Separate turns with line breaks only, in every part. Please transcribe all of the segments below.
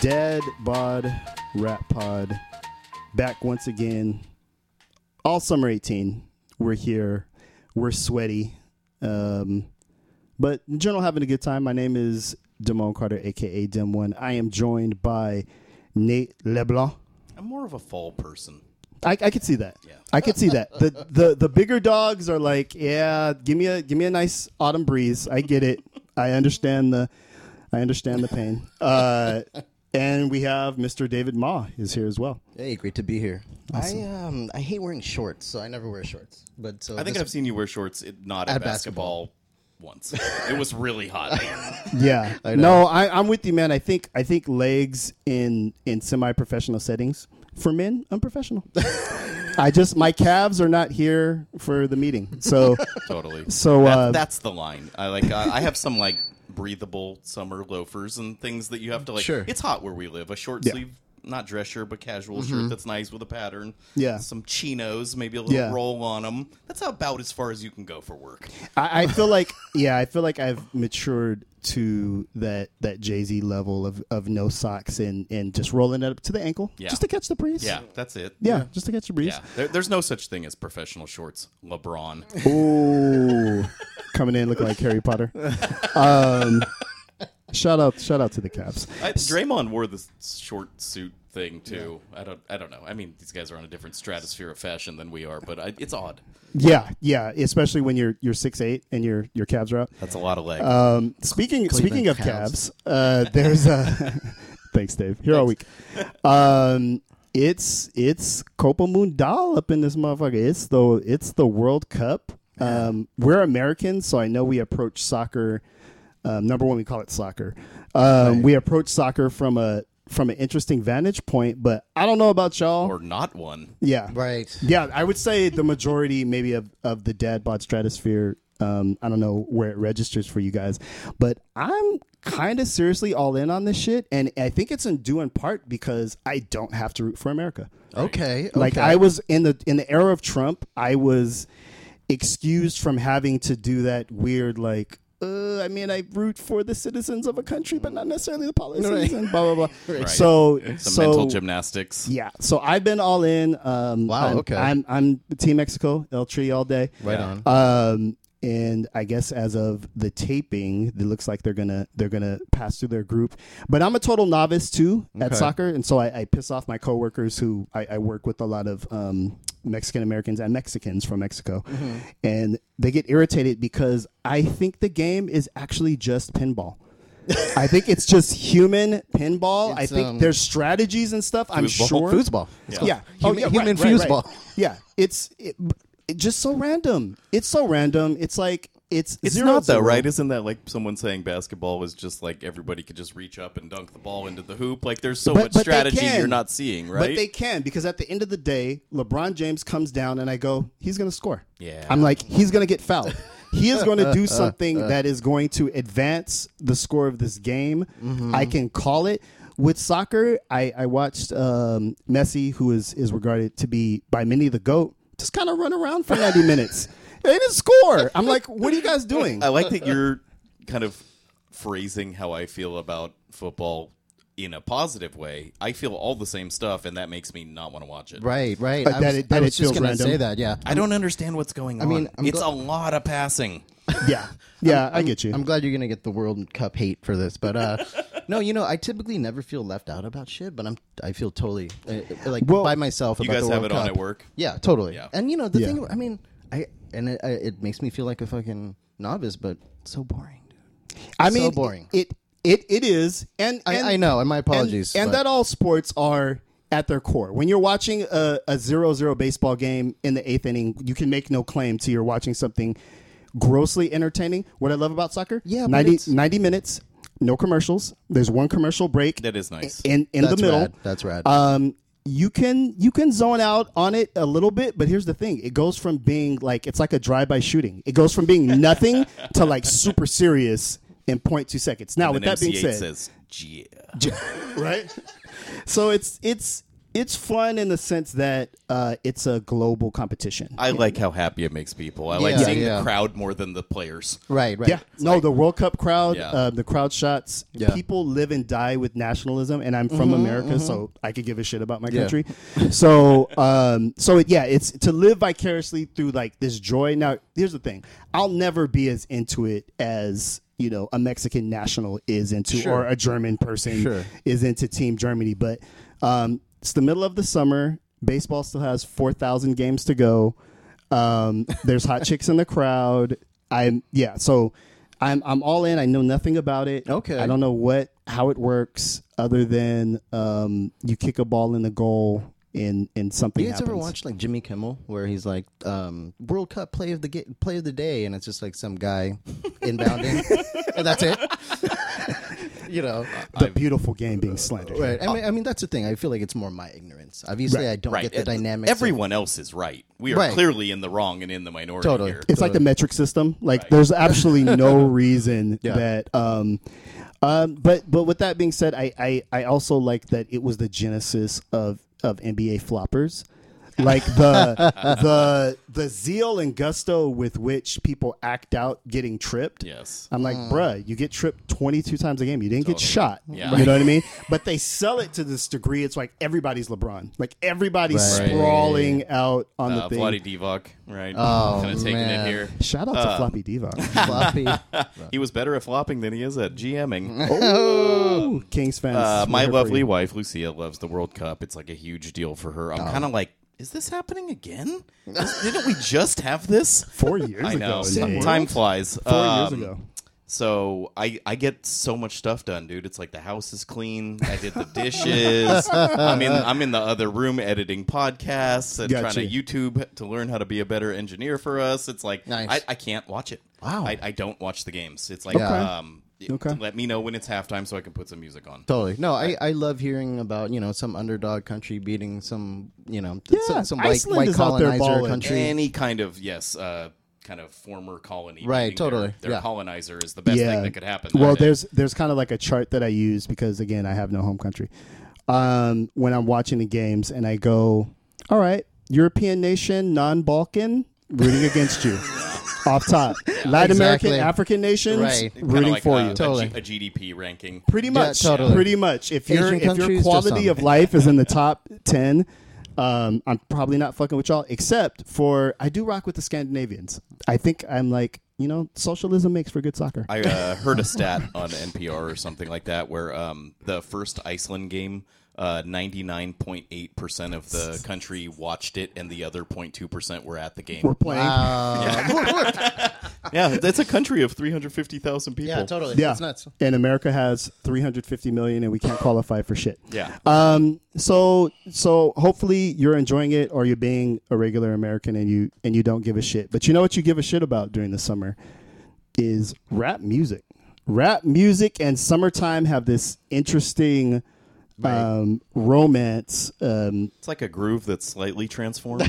Dead Bod Rat Pod back once again. All summer 18, we're here. We're sweaty. Um, but in general, having a good time. My name is Damone Carter, aka Dem1. I am joined by Nate LeBlanc.
I'm more of a fall person.
I, I could see that.
Yeah.
I could see that. The, the the bigger dogs are like, yeah, give me a give me a nice autumn breeze. I get it. I understand the I understand the pain. Uh, and we have Mr. David Ma is here as well.
Hey, great to be here. I um I hate wearing shorts, so I never wear shorts. But so
I think
this-
I've seen you wear shorts, it, not at,
At
basketball, once. it was really hot.
Yeah.
know.
No, I, I'm with you, man. I think I think legs in in semi professional settings for men unprofessional. I just my calves are not here for the meeting, so
totally.
So,
That-
uh,
that's the line. I like. I, I have some like breathable summer loafers and things that you have to like.
Sure.
It's hot where we live. A short
Yeah. Mm-hmm.
sleeve, not dress shirt, but casual shirt that's nice with a pattern.
Yeah.
Some chinos, maybe a little
Yeah.
roll on them. That's about as far as you can go for work.
I, I feel like yeah, I feel like I've matured to that that Jay Z level of, of no socks and, and just rolling it up to the ankle
Yeah.
just to catch the breeze.
Yeah, that's it.
Yeah, just to catch the breeze.
Yeah, there, there's no such thing as professional shorts, LeBron.
Ooh, coming in looking like Harry Potter. Um, shout out, shout out to the Caps.
I, Draymond wore this short suit thing too. I don't, I don't know. I mean, these guys are on a different stratosphere of fashion than we are, but I, it's odd.
Yeah, yeah, especially when you're you're six eight and your your calves are out.
That's a lot of leg.
Um, speaking speaking of calves,
calves.
uh, there's a thanks, Dave. Here all week. Um, it's it's Copa Mundial up in this motherfucker. It's the it's the World Cup. Um, we're Americans, so I know we approach soccer. Um, number one, we call it soccer. Um, We approach soccer from a from an interesting vantage point, but I don't know about y'all.
or not one.
yeah,
right.
yeah, I would say the majority, maybe of, of the dad bod stratosphere. Um, I don't know where it registers for you guys, but I'm kind of seriously all in on this shit, and I think it's in due in part because I don't have to root for America.
Okay. okay.
Like I was in the in the era of Trump, I was excused from having to do that weird like. Uh, I mean, I root for the citizens of a country, but not necessarily the policies and blah blah blah.
Right.
So,
Some
so
mental gymnastics.
yeah, so I've been all in. Um,
Wow,
I'm,
okay.
I'm I'm Team Mexico, El Tree all day.
right on.
Um, and I guess as of the taping, it looks like they're gonna they're gonna pass through their group. But I'm a total novice too at soccer, and so I, I piss off my coworkers who I, I work with a lot of um, Mexican Americans and Mexicans from Mexico,
Mm-hmm.
and they get irritated because I think the game is actually just pinball. I think it's just human pinball. I
It's,
think
um,
there's strategies and stuff. I'm
foosball.
sure
foosball. It's called
yeah. Oh,
Human,
yeah,
human
right, right,
fuse ball.
right. Yeah, it's it, it just so random. It's so random. It's like it's
It's
zero
not though,
zero.
right? Isn't that like someone saying basketball was just like everybody could just reach up and dunk the ball into the hoop? Like there's so
But-
much
but they
strategy
can.
you're not seeing, right?
But they can because at the end of the day, LeBron James comes down and I go, he's going to score.
Yeah.
I'm like, he's going to get fouled. He is going to do something that is going to advance the score of this game.
Mm-hmm.
I can call it. With soccer, I, I watched um, Messi, who is, is regarded to be by many the GOAT, just kind of run around for 90 minutes. They didn't score. I'm like, what are you guys doing?
I like that you're kind of phrasing how I feel about football in a positive way. I feel all the same stuff, and that makes me not want to watch it.
Right. Right.
But
I
that
was,
it- that
I
it
was just
feels
gonna
random.
say that. Yeah.
I don't understand what's going on.
mean, I'm
it's
gl-
a lot of passing.
Yeah, yeah, i get you.
I'm glad you're gonna get the World Cup hate for this, but uh, no, you know, I typically never feel left out about shit, but I'm I feel totally uh, like
Well,
by myself.
You
about
guys
the
have
World
it on
Cup.
at work?
Yeah, totally.
Yeah.
And you know, the
Yeah.
thing I mean, I and it, I, it makes me feel like a fucking novice, but so boring, dude.
I
so
mean,
boring.
It it it is, and,
I-
and
I know, and my
and-
apologies,
And,
but-
that all sports are at their core. When you're watching a, a zero zero baseball game in the eighth inning, you can make no claim to you're watching something grossly entertaining. What I love about soccer,
Yeah, but
90,
it's-
90 minutes, no commercials. There's one commercial break.
That is nice.
in in
That's
the middle.
rad. That's rad.
Um, you can you can zone out on it a little bit, but here's the thing: it goes from being like it's like a drive-by shooting. It goes from being nothing to like super serious in 0.2 seconds. Now, with
And
that being
MCH
said,
says, yeah.
right? So it's it's it's fun in the sense that uh, it's a global competition.
I like how happy it makes people. I like
Yeah,
seeing
yeah.
the crowd more than the players.
Right, right.
Yeah, no, the World Cup crowd,
Yeah.
um, the crowd shots.
Yeah.
People live and die with nationalism, and I'm
Mm-hmm,
from America, so I could give a shit about my country. so, um, so it, yeah, it's to live vicariously through like this joy. Now, here's the thing: I'll never be as into it as you know a Mexican national is into, or a German person
Sure.
is into Team Germany. But um, it's the middle of the summer. Baseball still has four thousand games to go. Um, there's hot chicks in the crowd. I'm yeah. So I'm I'm all in. I know nothing about it.
Okay.
I don't know what how it works other than um, you kick a ball in the goal and and something.
You guys
happens.
ever watched like Jimmy Kimmel, where he's like um, World Cup play of the ga- play of the day, and it's just like some guy inbounding, and that's it. you know,
the beautiful game being slandered?
right? I mean, I mean, that's the thing. I feel like it's more my ignorance. Obviously, I don't
Right.
get the
Uh,
dynamics. of-
Everyone else is right. We are
Right.
clearly in the wrong and in the minority
Totally.
here.
It's like the metric system. Like there's absolutely no reason that. Um, um, but but with that being said, I, I I also like that it was the genesis of of NBA floppers. Like the the the zeal and gusto with which people act out getting tripped.
Yes.
I'm like, bruh, you get tripped 22 times a game. You didn't get shot.
Yeah.
You know what I mean? But they sell it to this degree. It's like everybody's LeBron. Like everybody's
Right.
sprawling out on
Uh,
the thing.
Vladi Divac, right?
Oh,
kind of taking
man.
it here.
Shout out
Uh,
to Floppy Diva.
floppy.
He was better at flopping than he is at GMing.
Oh, Kings fans.
Uh,
we're
my
here for
lovely
you.
wife Lucia loves the World Cup. It's like a huge deal for her.
Oh.
I'm kind of like, is this happening again? Is- Didn't we just have this?
Four years
I know.
ago.
Time,
dude.
time flies.
Four
Um,
years ago.
So I I get so much stuff done, dude. It's like the house is clean. I did the dishes. I'm in I'm in the other room editing podcasts and
Gotcha.
trying to YouTube to learn how to be a better engineer for us. It's like
Nice.
I, I can't watch it.
Wow.
I, I don't watch the games. It's like um
Okay.
let me know when it's halftime so I can put some music on.
Totally. No, I, I love hearing about, you know, some underdog country beating some, you know, th-
Yeah,
some, some white,
Iceland
white
is out there
colonizer
balling.
country.
Any kind of yes, uh kind of former colony.
Right,
beating their-
totally.
Their,
Yeah.
colonizer is the best thing that could happen.
Well,
Right.
there's there's kind of like a chart that I use because again I have no home country. Um, when I'm watching the games and I go, all right, European nation, non-Balkan, rooting against you, off top. Latin American,
Exactly.
African nations,
Right.
Kinda
rooting
like,
for
uh,
you.
a G-
Totally.
a GDP ranking.
Pretty much,
totally.
pretty much. If your
Asian
if your
countries, just
quality
some.
of life is in the top ten, um, I'm probably not fucking with y'all. Except for I do rock with the Scandinavians. I think I'm like you know socialism makes for good soccer.
I uh, heard a stat on NPR or something like that where um, the first Iceland game, uh, 99.8% of the country watched it and the other 0.2% were at the
We're
game.
playing.
Ah,
Ah.
Yeah, that's a country of 350,000 people.
yeah, totally.
Yeah,
It's nuts.
and America has 350 million, and we can't qualify for shit.
Yeah.
Um. So so hopefully you're enjoying it, or you're being a regular American and you and you don't give a shit. But you know what you give a shit about during the summer is rap music. Rap music and summertime have this interesting um, romance. Um,
It's like a groove that's slightly transformed.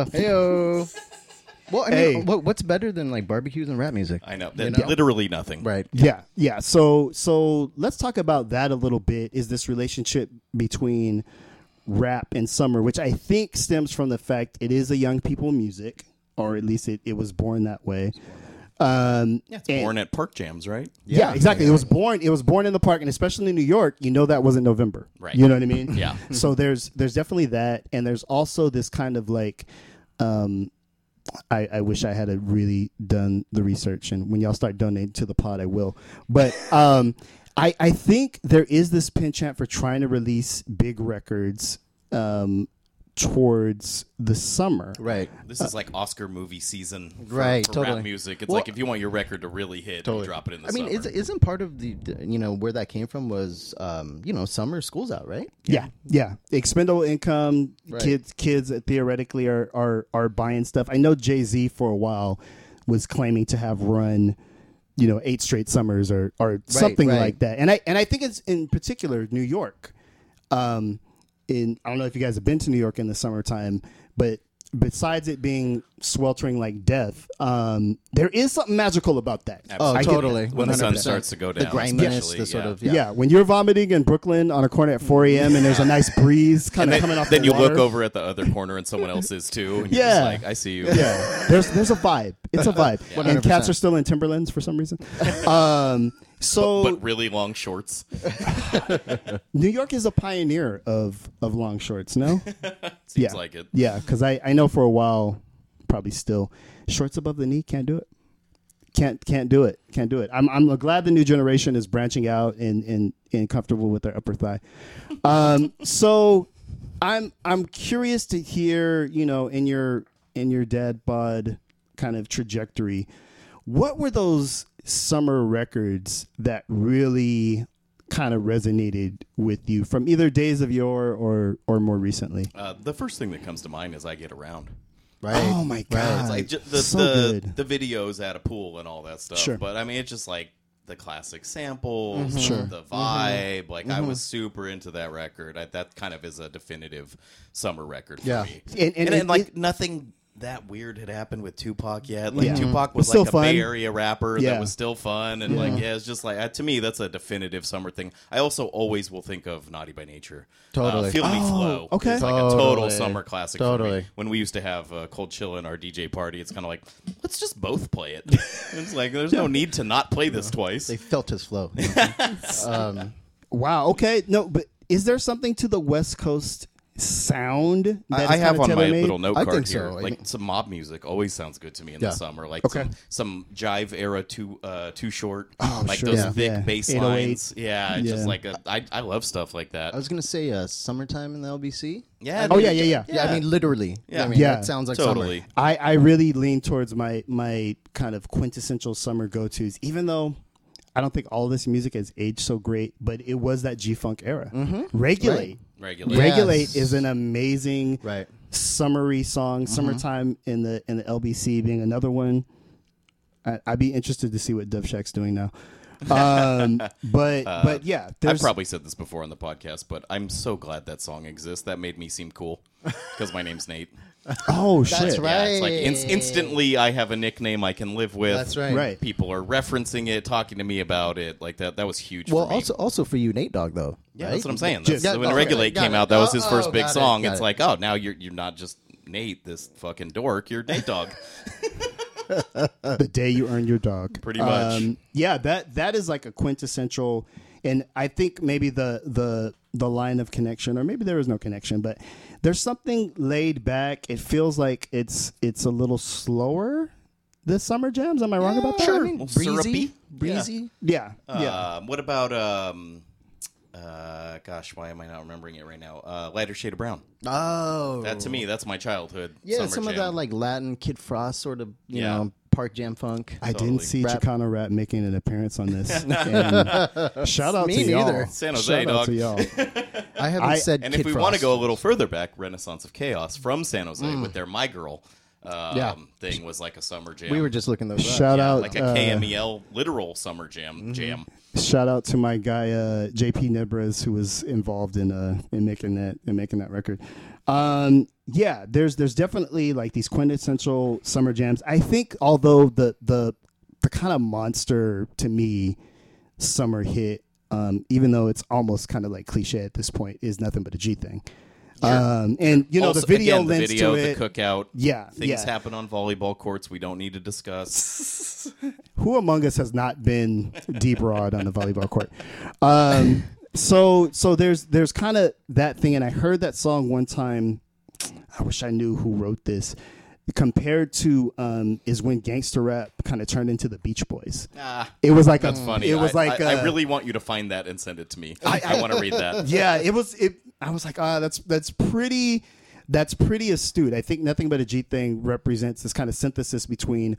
Heyo. Well, I mean,
Hey.
what, what's better than like barbecues and rap music?
I know. That- Literally nothing.
Right.
yeah, yeah. So so let's talk about that a little bit. Is this relationship between rap and summer, which I think stems from the fact it is a young people music, or at least it, it was born that way. Um,
Yeah, it's
and-
born at park jams, right?
Yeah, exactly. It was born. It was born in the park, and especially in New York, you know that wasn't November.
Right.
You know what I mean?
Yeah.
so there's there's definitely that, and there's also this kind of like, um, I, I wish I had a really done the research, and when y'all start donating to the pod, I will. But um, I I think there is this penchant for trying to release big records, um, towards the summer.
Right.
This is like Oscar movie season. For,
Right,
for
totally.
Rap music. It's
Well-
like if you want your record to really hit, you drop it in the
I mean,
summer.
is, isn't part of the, the- you know, where that came from was, um, you know, summer school's out, right?
Yeah, yeah. Expendable income.
Right.
Kids, kids theoretically are are are buying stuff. I know Jay Z for a while was claiming to have run, you know, eight straight summers or or something
right.
like that. And I and I think it's in particular New York. Um, in I don't know if you guys have been to New York in the summertime, but besides it being sweltering like death, um, there is something magical about that.
Oh,
I get
totally.
that.
when the sun
100%.
starts to go
The
down,
griminess,
especially,
the sort
yeah.
of
Yeah. when you're vomiting in Brooklyn on a corner at 4 a.m. and there's a nice breeze kind of
Then,
coming off
then
the
you
water.
look over at the other corner and someone else is too. And
Yeah.
yeah, like I see you.
yeah. There's there's a vibe. It's a vibe. And
100%.
cats are still in Timberlands for some reason. Um, so
But really long shorts.
New York is a pioneer of of long shorts. No,
Seems like it.
Yeah, because I I know for a while, probably still shorts above the knee can't do it. Can't can't do it. Can't do it. I'm I'm glad the new generation is branching out and and, and comfortable with their upper thigh. Um, so I'm I'm curious to hear you know in your in your dad bod kind of trajectory, what were those summer records that really kind of resonated with you from either days of yore or or more recently?
Uh, the first thing that comes to mind is I get around.
right.
Oh my god!
It's like ju- the,
so
the,
good.
the videos at a pool and all that stuff.
Sure. Mm-hmm.
But I mean, it's just like the classic samples, the vibe. Like I was super into that record. I, that kind of is a definitive summer record for
Yeah.
me.
And- and
and,
it-
then, like
it-
nothing that weird had happened with Tupac yet. Like
Yeah.
Tupac
It's
was
still
like a
fun.
Bay Area rapper
Yeah.
that was still fun. And like, yeah, it's just like, uh, to me, that's a definitive summer thing. I also always will think of Naughty by Nature. Uh,
Totally.
Feel Me
Oh,
Flow.
okay.
It's like a total
Totally.
summer classic. for me
Totally.
when we used to have uh, cold chill in our DJ party, it's kind of like let's just both play it. it's like there's no need to not play this twice.
They felt his flow. um,
Wow. Okay. No, but is there something to the West Coast sound that
I,
is
I have
kinda
on my
tailor-made?
little note
I
card
think so.
here,
I
like
mean-
some mob music always sounds good to me in
Yeah.
the summer, like some, some jive era too uh, too short,
Oh,
like
sure,
those
yeah.
thick
Yeah.
bass
808.
lines. Yeah, it's
Yeah.
just like a, I I love stuff like that.
I was gonna say uh, summertime in the LBC.
yeah.
Oh
dude.
yeah, yeah, yeah.
Yeah, I mean literally.
Yeah.
I mean,
Yeah.
that sounds like
Totally.
summer.
I I really lean towards my my kind of quintessential summer go tos, even though. I don't think all this music has aged so great, but it was that G Funk era.
Mm-hmm.
Regulate,
Regulate.
Yeah.
regulate
Yes.
is an amazing
Right. Mm-hmm.
summery song. Summertime in the in the LBC being another one. I, I'd be interested to see what Dove Shack's doing now. Um, but
Uh,
but yeah,
I've
there's
probably said this before on the podcast, but I'm so glad that song exists. That made me seem cool because my name's Nate.
oh shit.
That's right.
Yeah, it's like in- instantly I have a nickname I can live with.
That's right.
Right.
People are referencing it, talking to me about it. Like that. That was huge.
Well,
for me.
also also for you, Nate Dog though.
yeah,
right?
that's what I'm saying.
Just-
That's-
Got-
when
okay,
Regulate
got
came
it.
out, that was his
Oh,
first
oh,
big
got it,
song.
got
it's
it.
like, oh, now you're you're not just Nate, this fucking dork. You're Nate Dog.
the day you earn your dog. Um,
Pretty much.
yeah, that that is like a quintessential, and I think maybe the the the line of connection, or maybe there is no connection, but there's something laid back. It feels like it's it's a little slower. The summer jams. Am I wrong about that?
I mean,
Well,
breezy,
syrupy.
breezy.
Yeah. yeah.
Um, what about um, uh, gosh, why am I not remembering it right now? Uh, lighter shade of brown.
Oh,
That to me, that's my childhood.
yeah,
summer
some of
jam.
that like Latin Kid Frost sort of, you
Yeah.
know, park jam funk.
I
totally.
didn't see
Rap.
Chicano Rap making an appearance on this. And shout out
Me
to y'all.
neither.
San Jose,
shout out
dog.
to y'all.
I haven't
I-
said.
And
Kid
if we
Frost. Mm.
want to go a little further back, Renaissance of Chaos from San Jose with their My Girl um,
Yeah.
thing was like a summer jam.
we were just looking those up.
Shout
Yeah,
out
like a
uh,
KMEL literal summer jam
Mm-hmm.
jam.
Shout out to my guy uh, JP Nebres who was involved in uh, in making that in making that record. Um, yeah, there's there's definitely like these quintessential summer jams. I think although the the the kind of monster to me summer hit, um, even though it's almost kind of like cliche at this point, is nothing but a G thing. Um, and you know
Also,
the video
again, the
lends
video,
to
the
it.
cookout.
yeah,
Things
yeah.
happen on volleyball courts we don't need to discuss.
who among us has not been deep rod on the volleyball court? Um, so so there's there's kind of that thing, and I heard that song one time. I wish I knew who wrote this. Compared to um, is when gangster rap kind of turned into the Beach Boys.
Ah,
It was like
that's
a,
funny.
It was
I,
like
I, I
uh,
really want you to find that and send it to me. I, want to read that.
yeah, it was. It. I was like, ah, that's that's pretty. That's pretty astute. I think nothing but a G thing represents this kind of synthesis between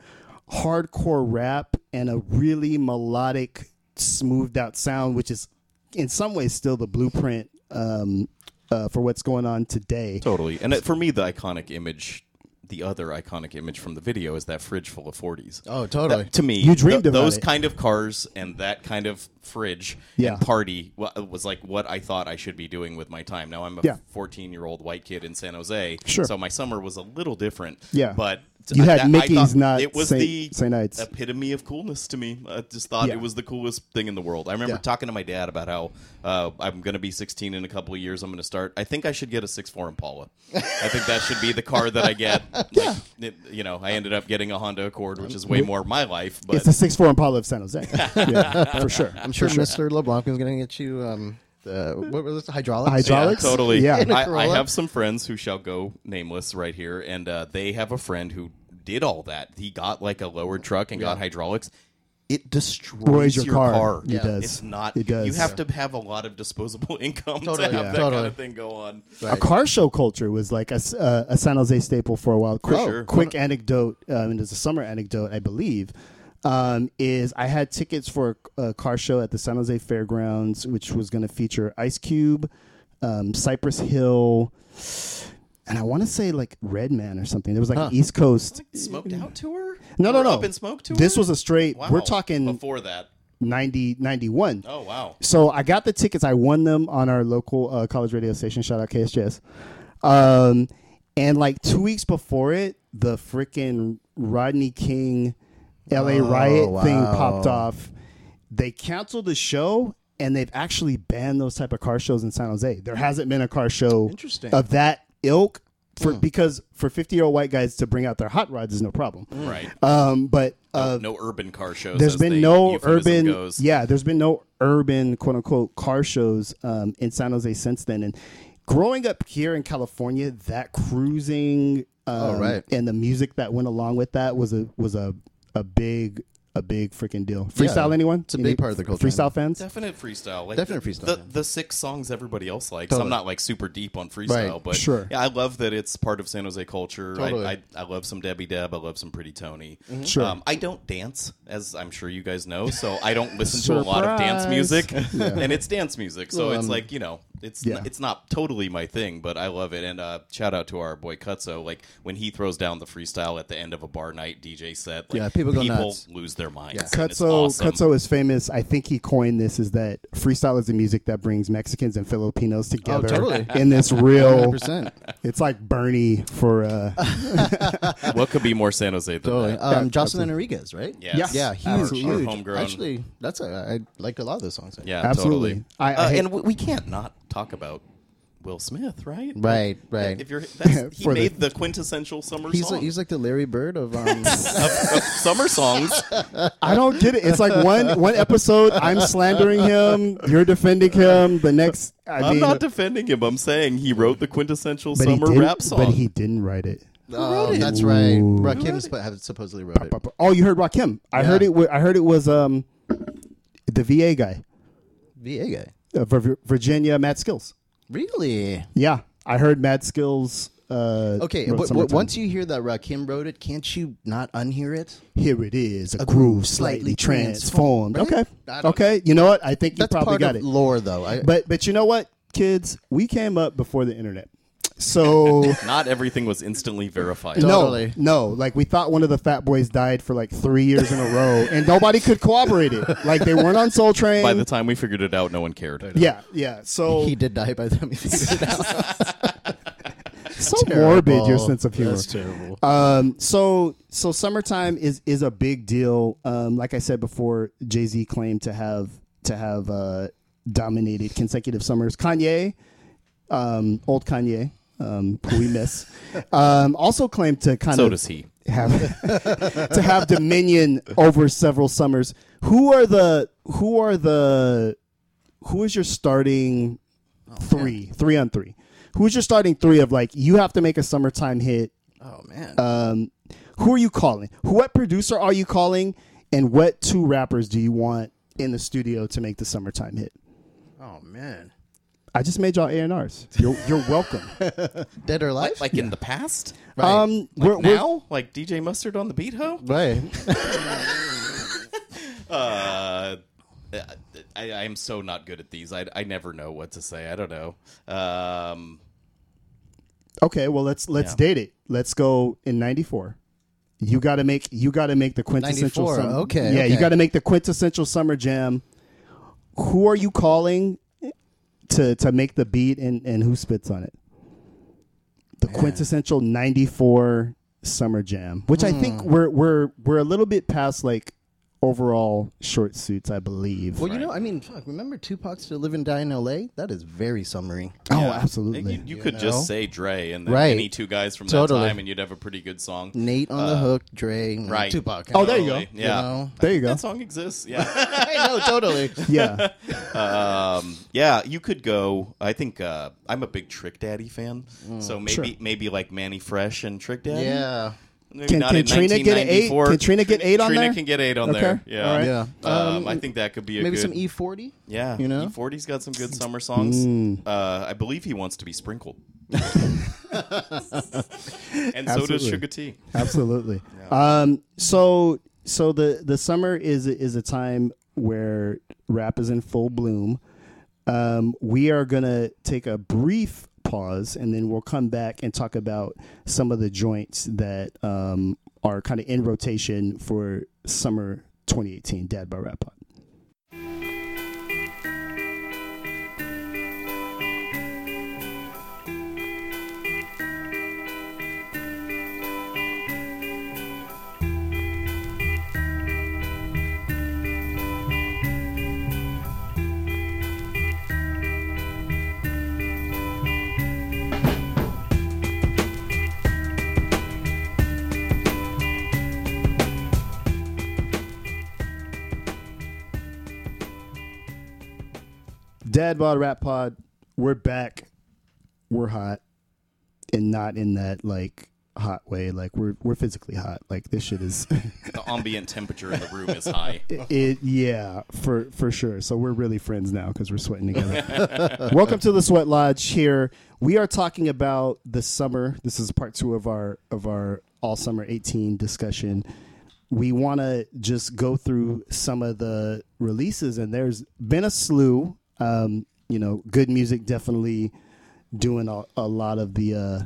hardcore rap and a really melodic, smoothed out sound, which is in some ways still the blueprint um, uh, for what's going on today.
Totally. And it, for me, the iconic image the other iconic image from the video is that fridge full of 40s.
Oh, totally.
to me,
You dreamed about
those
it.
kind of cars and that kind of fridge
Yeah.
and party wa- uh, was like what I thought I should be doing with my time. Now I'm
Yeah.
a 14 year old white kid in San Jose,
Sure.
so my summer was a little different.
Yeah.
but
You had
that- I
Mickey's,
thought
not
it was
Saint-
the
Saint Ides.
epitome of coolness to me. I just thought
Yeah.
it was the coolest thing in the world. I remember
Yeah.
talking to my dad about how uh, I'm going to be 16 in a couple of years. I'm going to start. I think I should get a 6.4 Impala. I think that should be the car that I get. Like, it- you know, I ended up getting a Honda Accord, which is way more my life. But
It's the six four Impala of San Jose, yeah, for sure.
I'm sure, Mr. LeBlanc is going to get you um, the what was it, hydraulics?
Hydraulics?
Yeah, totally.
Yeah.
In a
I, I
Corolla.
have some friends who shall go nameless right here, and uh, they have a friend who did all that. He got like a lowered truck and got hydraulics. It
Destroys
destroys
your
your,
car.
car.
It Yeah. does.
It's not.
It does.
You have to have a lot of disposable income
Totally.
to have
Yeah.
that kind
Totally.
of thing go on.
A car show culture was like a, s- uh, a San Jose staple for a while. Quick,
sure.
quick anecdote, um, and it's a summer anecdote, I believe, um, is I had tickets for a, a car show at the San Jose Fairgrounds, which was going to feature Ice Cube, um, Cypress Hill, and I want to say like Redman or something. There was like an East Coast.
Smoked out tour?
No, no,
Or
no.
Up and smoked tour.
This was a straight.
Wow.
We're talking
before that.
90, 91.
Oh wow.
So I got the tickets. I won them on our local uh, college radio station. Shout out KSJS. Um, and like two weeks before it, the freaking Rodney King LA riot thing popped off. They canceled the show and they've actually banned those type of car shows in San Jose. There hasn't been a car show
Interesting.
of that ilk for because for 50 year old white guys to bring out their hot rods is no problem.
Right.
Um, but uh,
no urban car shows.
there's
as
been
the
no
euphemism
urban
Goes.
yeah there's been no urban quote unquote car shows um, in san jose since then and growing up here in california that cruising um,
Oh, right.
and the music that went along with that was a was a a big a big freaking deal freestyle anyone it's
a big part of the culture.
freestyle fans
Definite freestyle. Like
Definite freestyle,
The,
yeah.
the six songs everybody else likes. I'm
Totally.
not like super deep on freestyle,
Right,
but
sure.
yeah, I love that it's part of San Jose culture.
Totally. Mm-hmm.
I, I, I love some Debbie Deb. I love some Pretty Tony.
Sure.
Um, I don't dance, as I'm sure you guys know, so I don't listen to a lot
Surprise.
of dance music, and it's dance music, so
Um,
it's like you know, it's
yeah.
n- it's not totally my thing, but I love it. And uh, shout out to our boy Cutso. Like when he throws down the freestyle at the end of a bar night DJ set, like,
Yeah, people go nuts.
lose their minds. and it's
Cutso,
awesome.
Cutso is famous. I think he coined this: is that freestyle is the music that brings Mexicans and Filipinos together
Oh, totally.
in this real.
100%.
It's like Bernie for uh,
what could be more San Jose than
Totally.
that?
Um, Jocelyn Enriquez, right?
Yes. Yes.
Yeah,
Our-
huge,
our
huge.
homegrown.
Actually, that's a, I liked a lot of those songs. actually.
Yeah,
Absolutely.
Totally.
I- I
uh,
hate-
and we, we can't not talk about Will Smith, right? Like,
Right, right.
If you're, that's, he
For the-
made the, quintessential summer
He's
song.
like, he's like the Larry Bird of um,
of, of summer songs.
I don't get it. It's like one one episode I'm slandering him, you're defending him. The next, I
I'm
mean,
not defending him. I'm saying he wrote the quintessential
but he
summer
didn't-
rap song.
But he didn't write it.
Oh, that's right. Rakim sp- have supposedly wrote it.
But- but- Oh, you heard Rakim? I heard it. wa- I heard it was um, the VA guy,
VA guy.
uh, Vir- Virginia Matt Skills.
Really?
Yeah, I heard Matt Skills. Uh,
Okay.
wrote
But, but
Summertime.
once you hear that Rakim wrote it, can't you not unhear it?
here it is, a groove slightly
slightly
transformed.
transformed, right? I
Okay,
don't-
okay. You know what? I think you
That's
probably
part
got
of
it.
lore, though. I,
But but you know what, kids, we came up before the internet, so.
not everything was instantly verified.
No.
No,
Totally.
no. Like we thought one of the Fat Boys died for like three years in a row, and nobody could corroborate it. Like they weren't on Soul Train.
By the time we figured it out, no one cared.
yeah, yeah. So
he did die by the time he figured it out.
so morbid your sense of humor.
That's terrible.
Um, so so summertime is is a big deal. Um, like I said before, Jay Z claimed to have to have uh, dominated consecutive summers. Kanye, um, old Kanye, um, who we miss, um, also claimed to kind
So
of
does he.
have to have dominion over several summers. Who are the who are the who is your starting
Oh,
three three on three? Who is your starting three of like you have to make a summertime hit?
Oh man.
Um, who are you calling? Who, what producer are you calling? And what two rappers do you want in the studio to make the summertime hit?
oh man.
I just made y'all A and R's. You're, you're welcome.
Dead or alive?
Like in the past?
Right.
Um, we're, we're-
now? like DJ Mustard on the beat hoe?
right.
Uh, I, I am so not good at these. I, I never know what to say. I don't know. Um,
Okay, well let's let's
Yeah.
date it. Let's go in '94. You got to make you got to make the quintessential.
94,
summer,
okay,
yeah, you
okay.
got to make the quintessential summer jam. Who are you calling to to make the beat and and who spits on it? The quintessential '94 summer jam, which I think we're we're we're a little bit past like overall short suits, I believe.
Well, you know, I mean, fuck, remember Tupac still live and die in L.A.? That is very summary.
oh,
Yeah.
absolutely.
You, you could
know?
just say Dre and then
Right.
any two guys from
Totally.
that time, and you'd have a pretty good song.
Nate on the hook, Dre,
right.
Tupac.
Oh, there you go.
Totally. Yeah.
know?
there you go.
That song exists. Yeah.
I know, totally.
yeah.
um, yeah, you could go. I think uh, I'm a big Trick Daddy fan. so maybe maybe like Manny Fresh and Trick Daddy.
Mm. Yeah.
Maybe
Can-
not
can
in
Trina get an eight?
1994.
Can Trina get eight on
Trina
there?
can get eight on
Okay.
there. Yeah.
All right.
Yeah.
Um, I think that could be a
Maybe
good,
some E E40.
yeah.
you know? mm.
E40's got some good summer songs. Uh, I believe he wants to be sprinkled. and so does
Absolutely.
Sugar T.
Absolutely. Um, so so the the summer is is a time where rap is in full bloom. Um, we are gonna take a brief pause and then we'll come back and talk about some of the joints that um, are kind of in rotation for summer 2018 Dad by Rap Pod. Dad Bod Rap Pod, we're back. We're hot. And not in that like hot way. Like we're we're physically hot. Like this shit is
The ambient temperature in the room is high.
it yeah for for sure so we're really friends now because we're sweating together welcome to the sweat lodge here we are talking about the summer this is part two of our of our all summer 18 discussion we want to just go through some of the releases and there's been a slew um you know good music definitely doing a, a lot of the uh,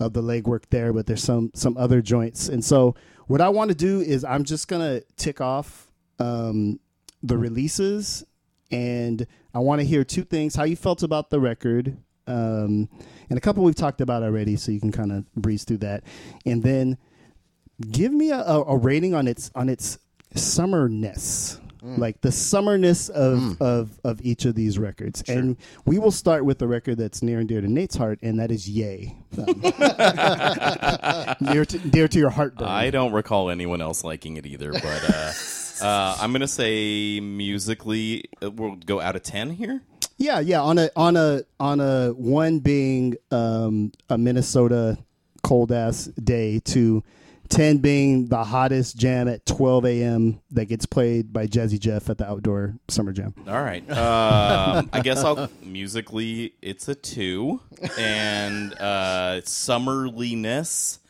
of the legwork there, but there's some some other joints. And so what I want to do is I'm just gonna tick off um, the releases, and I want to hear two things: how you felt about the record, um, and a couple we've talked about already, so you can kind of breeze through that, and then give me a, a, a rating on its on its summerness like the summerness of, of of each of these records and we will start with the record that's near and dear to nate's heart and that is yay Um, near to, dear to your heartburn
I don't recall anyone else liking it either, but uh, uh, I'm gonna say musically, uh, we'll go out of ten here.
yeah yeah on a on a on a one being um a minnesota cold ass day to 10 being the hottest jam at 12 a.m that gets played by jazzy jeff at the outdoor summer jam
All right, um, I guess I'll musically it's a two, and uh, summerliness.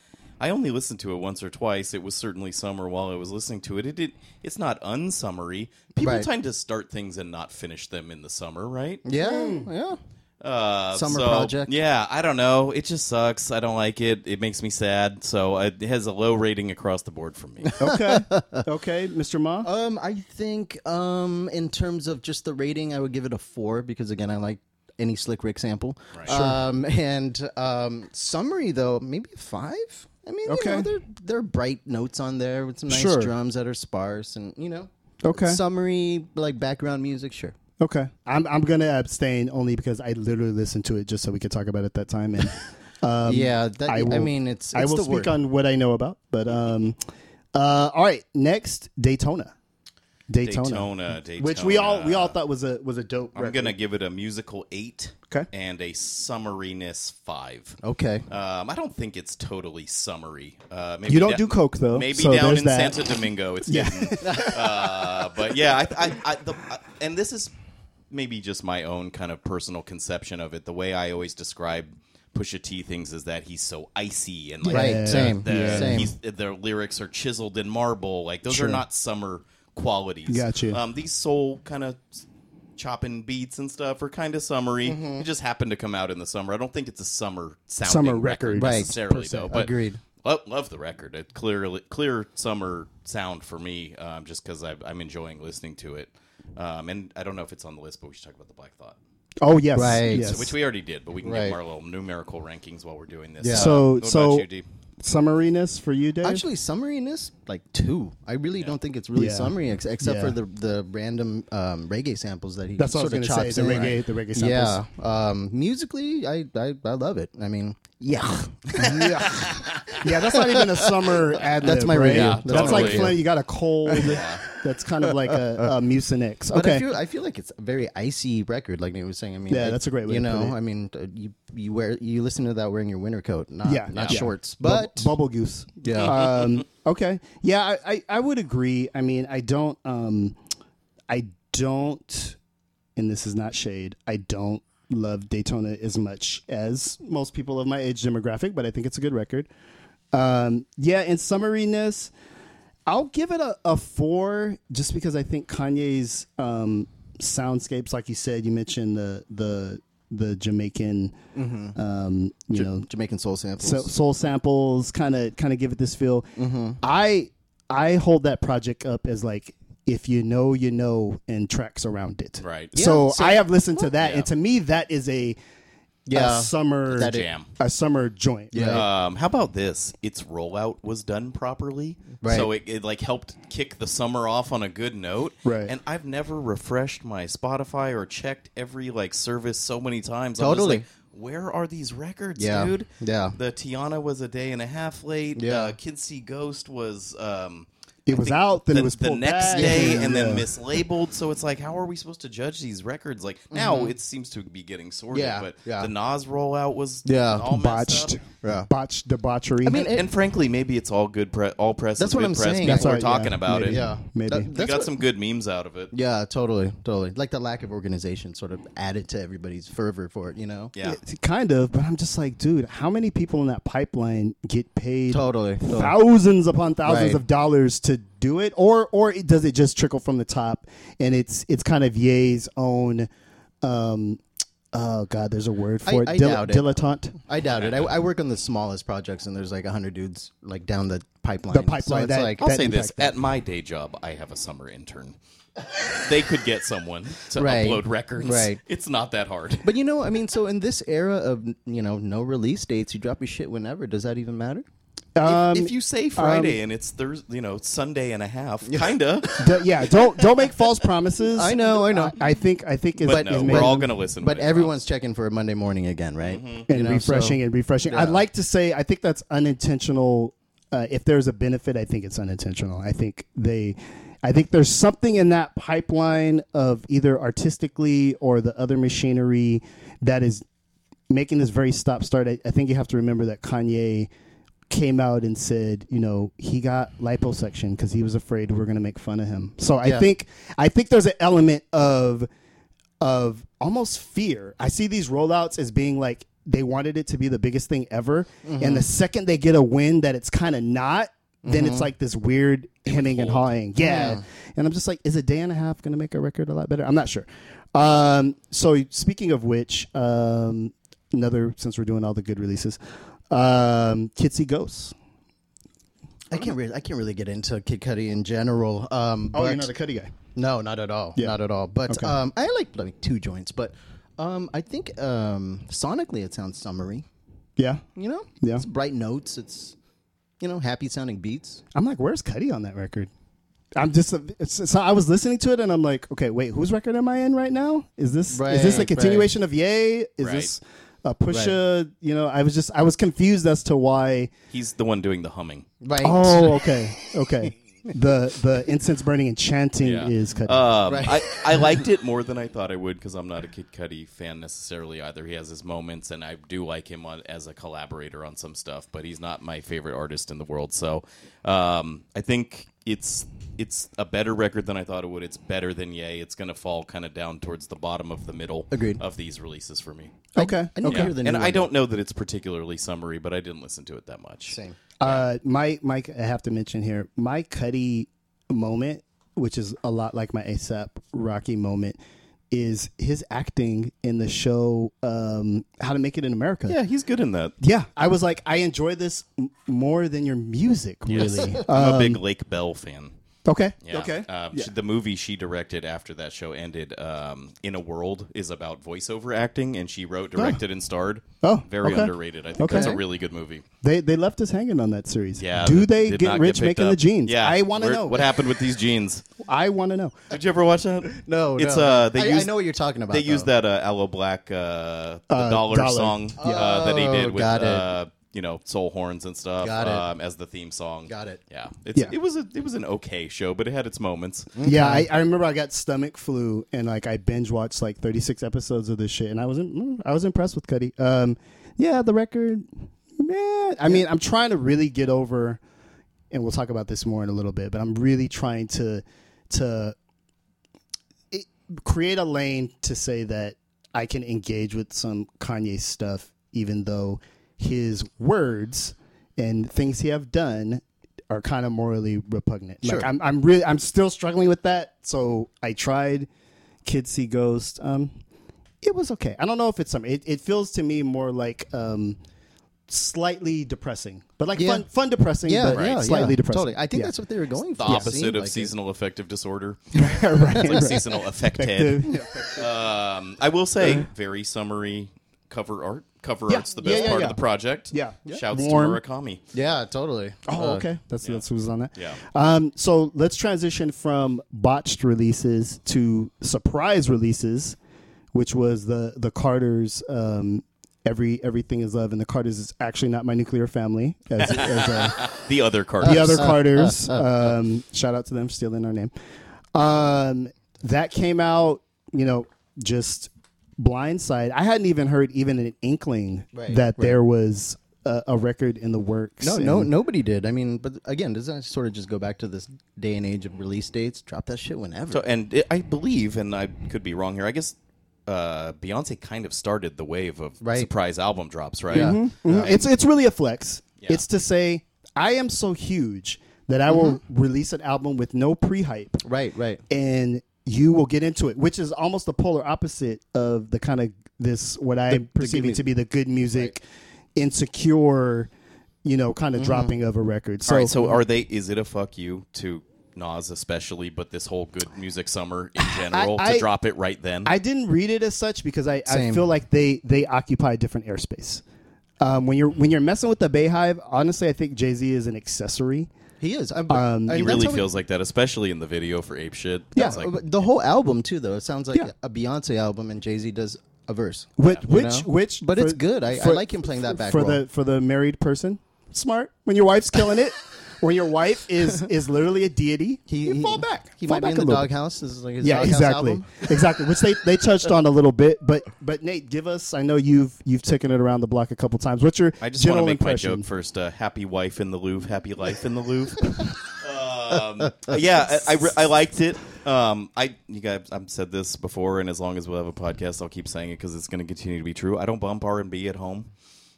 I only listened to it once or twice. It was certainly summer while I was listening to it. It, it it's not unsummery. People
Right.
tend to start things and not finish them in the summer, right?
Yeah.
Hmm.
Yeah.
Uh,
Summer
so,
project.
Yeah, I don't know. It just sucks. I don't like it. It makes me sad. So uh, it has a low rating across the board from me.
okay okay mr ma
Um, I think um, in terms of just the rating, I would give it a four because again, I like any Slick Rick sample. Right. Um, and um, summary though, maybe a five. I mean,
Okay.
you know, there there are bright notes on there with some nice
Sure.
drums that are sparse, and you know,
Okay.
Summary like background music, sure.
Okay. I'm I'm gonna abstain only because I literally listened to it just so we could talk about it that time and um,
yeah, that, I,
will-
mean, it's, it's
I will
the
speak
word.
on what I know about, but um uh all right, next Daytona. Daytona.
Daytona, Daytona.
Which we all we all thought was a was a dope
I'm
record.
gonna give it a musical eight.
Okay.
And a summariness five.
Okay.
Um, I don't think it's totally summary. Uh, maybe
You don't
da-
do coke though.
Maybe
so
down
there's
in
that.
Santa Domingo, it's
Yeah.
getting. uh, but yeah, I, I, I, the, I, and this is maybe just my own kind of personal conception of it. The way I always describe Pusha T things is that he's so icy and like
Right,
the-
same,
the,
yeah. same.
He's, their lyrics are chiseled in marble. Like those
Sure.
are not summer qualities.
Gotcha.
Um, these soul kind of chopping beats and stuff are kind of summery. It just happened to come out in the summer. I don't think it's a summer sounding
Mm-hmm. Summer record.
record,
Right,
necessarily
per se.
though. But
Agreed.
Love, love the record. It clearly clear summer sound for me, um, just because I'm enjoying listening to it. Um, and I don't know if it's on the list, but we should talk about the Black Thought,
Oh yes,
Right.
yes.
which we already did. But we can
Right.
give them our little numerical rankings while we're doing this.
Yeah.
Uh,
so
what about
so
you, D?
summariness for you, Dave.
Actually, summariness like two. I really don't think it's really
Yeah.
summary ex- except
Yeah.
for the the random um, reggae samples that he.
That's what I was
sort of
gonna say,
chops
the
in.
reggae- the reggae
Yeah, um, musically, I, I I love it. I mean, yeah,
yeah. yeah, that's not even a summer ad lib.
That's my
right?
radio.
Yeah,
that's
totally.
like Flint, you got a cold. That's kind of like a, a mucinex.
but
Okay,
I feel I feel like it's a very icy record, like Nate was saying. I mean,
Yeah,
it-
that's a great way
You
to put
know,
it.
I mean, uh, you you wear you listen to that wearing your winter coat, not
yeah,
not
yeah.
shorts,
Bub-
but
bubble goose.
Yeah.
Um, okay. Yeah, I, I I would agree. I mean, I don't. Um, I don't. And this is not shade. I don't love Daytona as much as most people of my age demographic, but I think it's a good record. Um, yeah, in summariness, I'll give it a, a four just because I think Kanye's um, soundscapes, like you said, you mentioned the the the Jamaican,
Mm-hmm.
um, you know,
Jamaican soul samples.
so, soul samples kind of kind of give it this feel
Mm-hmm.
i i hold that project up as like if you know you know and tracks around it
Right. Oh,
so
Yeah, so-
i have listened to that
Yeah.
and to me that is a
Yeah,
a summer
that is-
Jam.
a summer joint
Yeah.
right?
Um, how about this? Its rollout was done properly,
Right.
so it, it like helped kick the summer off on a good note.
Right.
And I've never refreshed my Spotify or checked every like service so many times. I'm just
Totally.
like, where are these records,
Yeah.
dude?
Yeah.
The Tiana was a day and a half late.
Yeah.
Uh, Kid See Ghost was. Um,
It
I
was
think
out, then it
the-
was
the
pulled
next
back.
day,
Yeah.
and then
Yeah.
mislabeled. So it's like, how are we supposed to judge these records? Like now,
Mm-hmm.
it seems to be getting sorted,
Yeah.
but
Yeah.
the Nas rollout was
Yeah.
all messed
botched
up.
Yeah.
botched debauchery
I mean,
And frankly, maybe it's all good press. All press
That's
is
what
good
I'm
press.
saying.
People
That's
are
right,
talking
yeah,
about
maybe.
it.
yeah,
Maybe.
That-
You
We
that's
got
what-
some good memes out of it.
Yeah, totally, totally. Like the lack of organization sort of added to everybody's fervor for it, you know?
Yeah.
It's kind of but i'm just like dude how many people in that pipeline get paid
Totally. totally.
thousands upon thousands
Right.
of dollars to do it or or it, does it just trickle from the top and it's it's kind of Ye's own um oh god there's a word for
I-
it
I
Dil-
doubt it.
dilettante
I doubt it. I, I work on the smallest projects, and there's like hundred dudes like down the pipeline.
The pipeline,
So it's
that-
like,
I'll
That
say this:
impact that.
at my day job, I have a summer intern. they could get someone to
Right.
upload records.
Right.
It's not that hard.
but you know, I mean, so in this era of you know no release dates, you drop your shit whenever. Does that even matter?
um
if you say Friday
um,
and it's Thursday, you know Sunday and a half, kinda.
d- yeah don't don't make false promises
I know, I know.
I, I think I think is,
But
is
no,
maybe-
we're all gonna listen.
But
when it
everyone's checking for a Monday morning again, right?
Mm-hmm. and
You know,
refreshing
so-
and refreshing. I'd like to say I think that's unintentional. Uh, if there's a benefit, I think it's unintentional. I think they, I think there's something in that pipeline of either artistically or the other machinery that is making this very stop start. I, I think you have to remember that Kanye came out and said, you know, he got liposuction because he was afraid we are going to make fun of him. So I
Yeah.
think I think there's an element of of almost fear. I see these rollouts as being like they wanted it to be the biggest thing ever, and the second they get a win that it's kind of not, then it's like this weird hemming and hawing. Yeah, and I'm just like, is a day and a half going to make a record a lot better? I'm not sure. Um, so speaking of which, um, another since we're doing all the good releases, um, Kitsy Ghosts.
I can't really, I can't really get into Kid Cudi in general. Um,
Oh,
but
Cuddy guy.
No, not at all. Not at all. But um, I like like two joints, but um, I think um, sonically it sounds summery.
Yeah,
You know,
Yeah.
It's bright notes. It's you know happy sounding beats.
I'm like, where's Cuddy on that record? I'm just uh, it's, so I was listening to it and I'm like, okay, wait, whose record am I in right now? Is this is this a
Right,
continuation of Yay? Is
Right.
this a Pusha? You know, I was just I was confused as to why.
He's the one doing the humming.
Right.
Oh, okay, okay. the the incense burning and chanting is
Uh,
Cuddy.
Um,
Right.
I, I liked it more than I thought I would because I'm not a Kid Cudi fan necessarily either. He has his moments, and I do like him on, as a collaborator on some stuff, but he's not my favorite artist in the world. So um, I think it's it's a better record than I thought it would. It's better than Yay. It's going to fall kind of down towards the bottom of the middle
Agreed.
of these releases for me.
okay,
I need to
okay.
hear the new
And I
one.
don't know that it's particularly summary, but I didn't listen to it that much.
Same.
Uh, my Mike, I have to mention here my Cuddy moment, which is a lot like my ASAP Rocky moment, is his acting in the show um, How to Make It in America.
Yeah, he's good in that.
Yeah, I was like, I enjoy this m- more than your music, really.
I'm a
Um,
big Lake Bell fan.
okay.
Yeah. Um, she- the movie she directed after that show ended, um, In a World, is about voiceover acting, and she wrote, directed, and starred.
Oh,
very
okay.
underrated. I think
Okay.
that's a really good movie.
They they left us hanging on that series.
Yeah.
Do
that
they
did
get
not
rich
picked
making
up.
the jeans?
Yeah.
I want to
Where-
know.
What happened with these jeans?
I want to know.
Did you ever watch that?
No,
It's
no.
uh, they
I- I
used,
know what you're talking about,
They used
though.
that uh, Aloe Black uh, the dollar,
dollar.
song uh, that he
Oh,
did with
got it.
uh, you know soul horns and stuff
Got it.
Um, as the theme song.
Got it.
Yeah, it's,
Yeah.
it was a, it was an okay show, but it had its moments.
Yeah, I, I remember I got stomach flu and like I binge watched like 36 episodes of this shit and I was in, mm, I was impressed with Cuddy. Um, yeah, the record. Man, I mean, I'm trying to really get over, and we'll talk about this more in a little bit. But I'm really trying to to it, create a lane to say that I can engage with some Kanye stuff, even though his words and things he have done are kind of morally repugnant. Like
Sure.
I'm, I'm really, I'm still struggling with that. So I tried Kids See Ghost. Um, it was okay. I don't know if it's something. It, it feels to me more like um, slightly depressing, but like
Yeah.
fun, fun depressing,
Yeah,
but
yeah,
slightly
yeah,
depressing.
Totally. I think
Yeah.
that's what they were going
The
for. it
opposite
seemed
of
like it.
seasonal affective disorder,
right.
It's like
right.
seasonal affected. um, I will say, very summary cover art. Cover
Uh-huh. Yeah.
art's the best
Yeah, yeah,
part
yeah.
of the project.
Yeah. Yeah.
Shouts
Warm.
to Murakami.
Yeah, totally.
Oh,
Uh,
okay. That's that's who's on that.
Yeah.
Um, so let's transition from botched releases to surprise releases, which was the the Carters. Um, Every everything is love, and the Carters is actually not my nuclear family. As, as uh,
The other card.
the other Carters, um, shout out to them stealing our name. Um, that came out, you know, just blindside. I hadn't even heard even an inkling
Right,
that
right.
there was a, a record in the works.
No, no,
and-
nobody did. I mean, but again, does that sort of just go back to this day and age of release dates? Drop that shit whenever.
So, and it, I believe, and I could be wrong here. I guess uh, Beyonce kind of started the wave of
Right.
surprise album drops, right?
Mhm.
Um,
It's it's really a flex.
Yeah.
It's to say I am so huge that
Mm-hmm.
I will release an album with no pre-hype,
right, right.
and you will get into it, which is almost the polar opposite of the kind of this what I'm perceiving to be the good music, insecure, you know, kind of dropping of a record. Mm-hmm. So,
All right. So, are they? Is it a fuck you to Nas, especially, but this whole good music summer in general
I-
to drop it right then?
I didn't read it as such because I, I
Same.
feel like they they occupy different airspace. Um, when you're when you're messing with the Bayhive, honestly, I think Jay Z is an accessory.
He is. I,
Um,
he really feels like that, especially in the video for Ape Shit.
Yeah,
That's like,
But uh, the whole album too, though. It sounds like
Yeah.
a Beyonce album, and Jay Z does a verse.
Which,
You
which,
know?
which,
But it's good. I- I like him playing that back
for
role.
the for the married person. Smart when your wife's killing it, when your wife is is literally a deity. you fall back.
He
fall
might
back
be
a
in the
little bit.
doghouse. This is like his
Yeah,
doghouse
exactly,
album.
exactly. Which they they touched on a little bit, but but Nate, give us. I know you've you've taken it around the block a couple times. What's your
I just want
general
to make
impression?
my joke first. Uh, happy wife in the Louvre, happy life in the Louvre. um, yeah, I, I, re- I liked it. Um, I you guys, I've said this before, and as long as we'll have a podcast, I'll keep saying it because it's going to continue to be true. I don't bump R and B at home.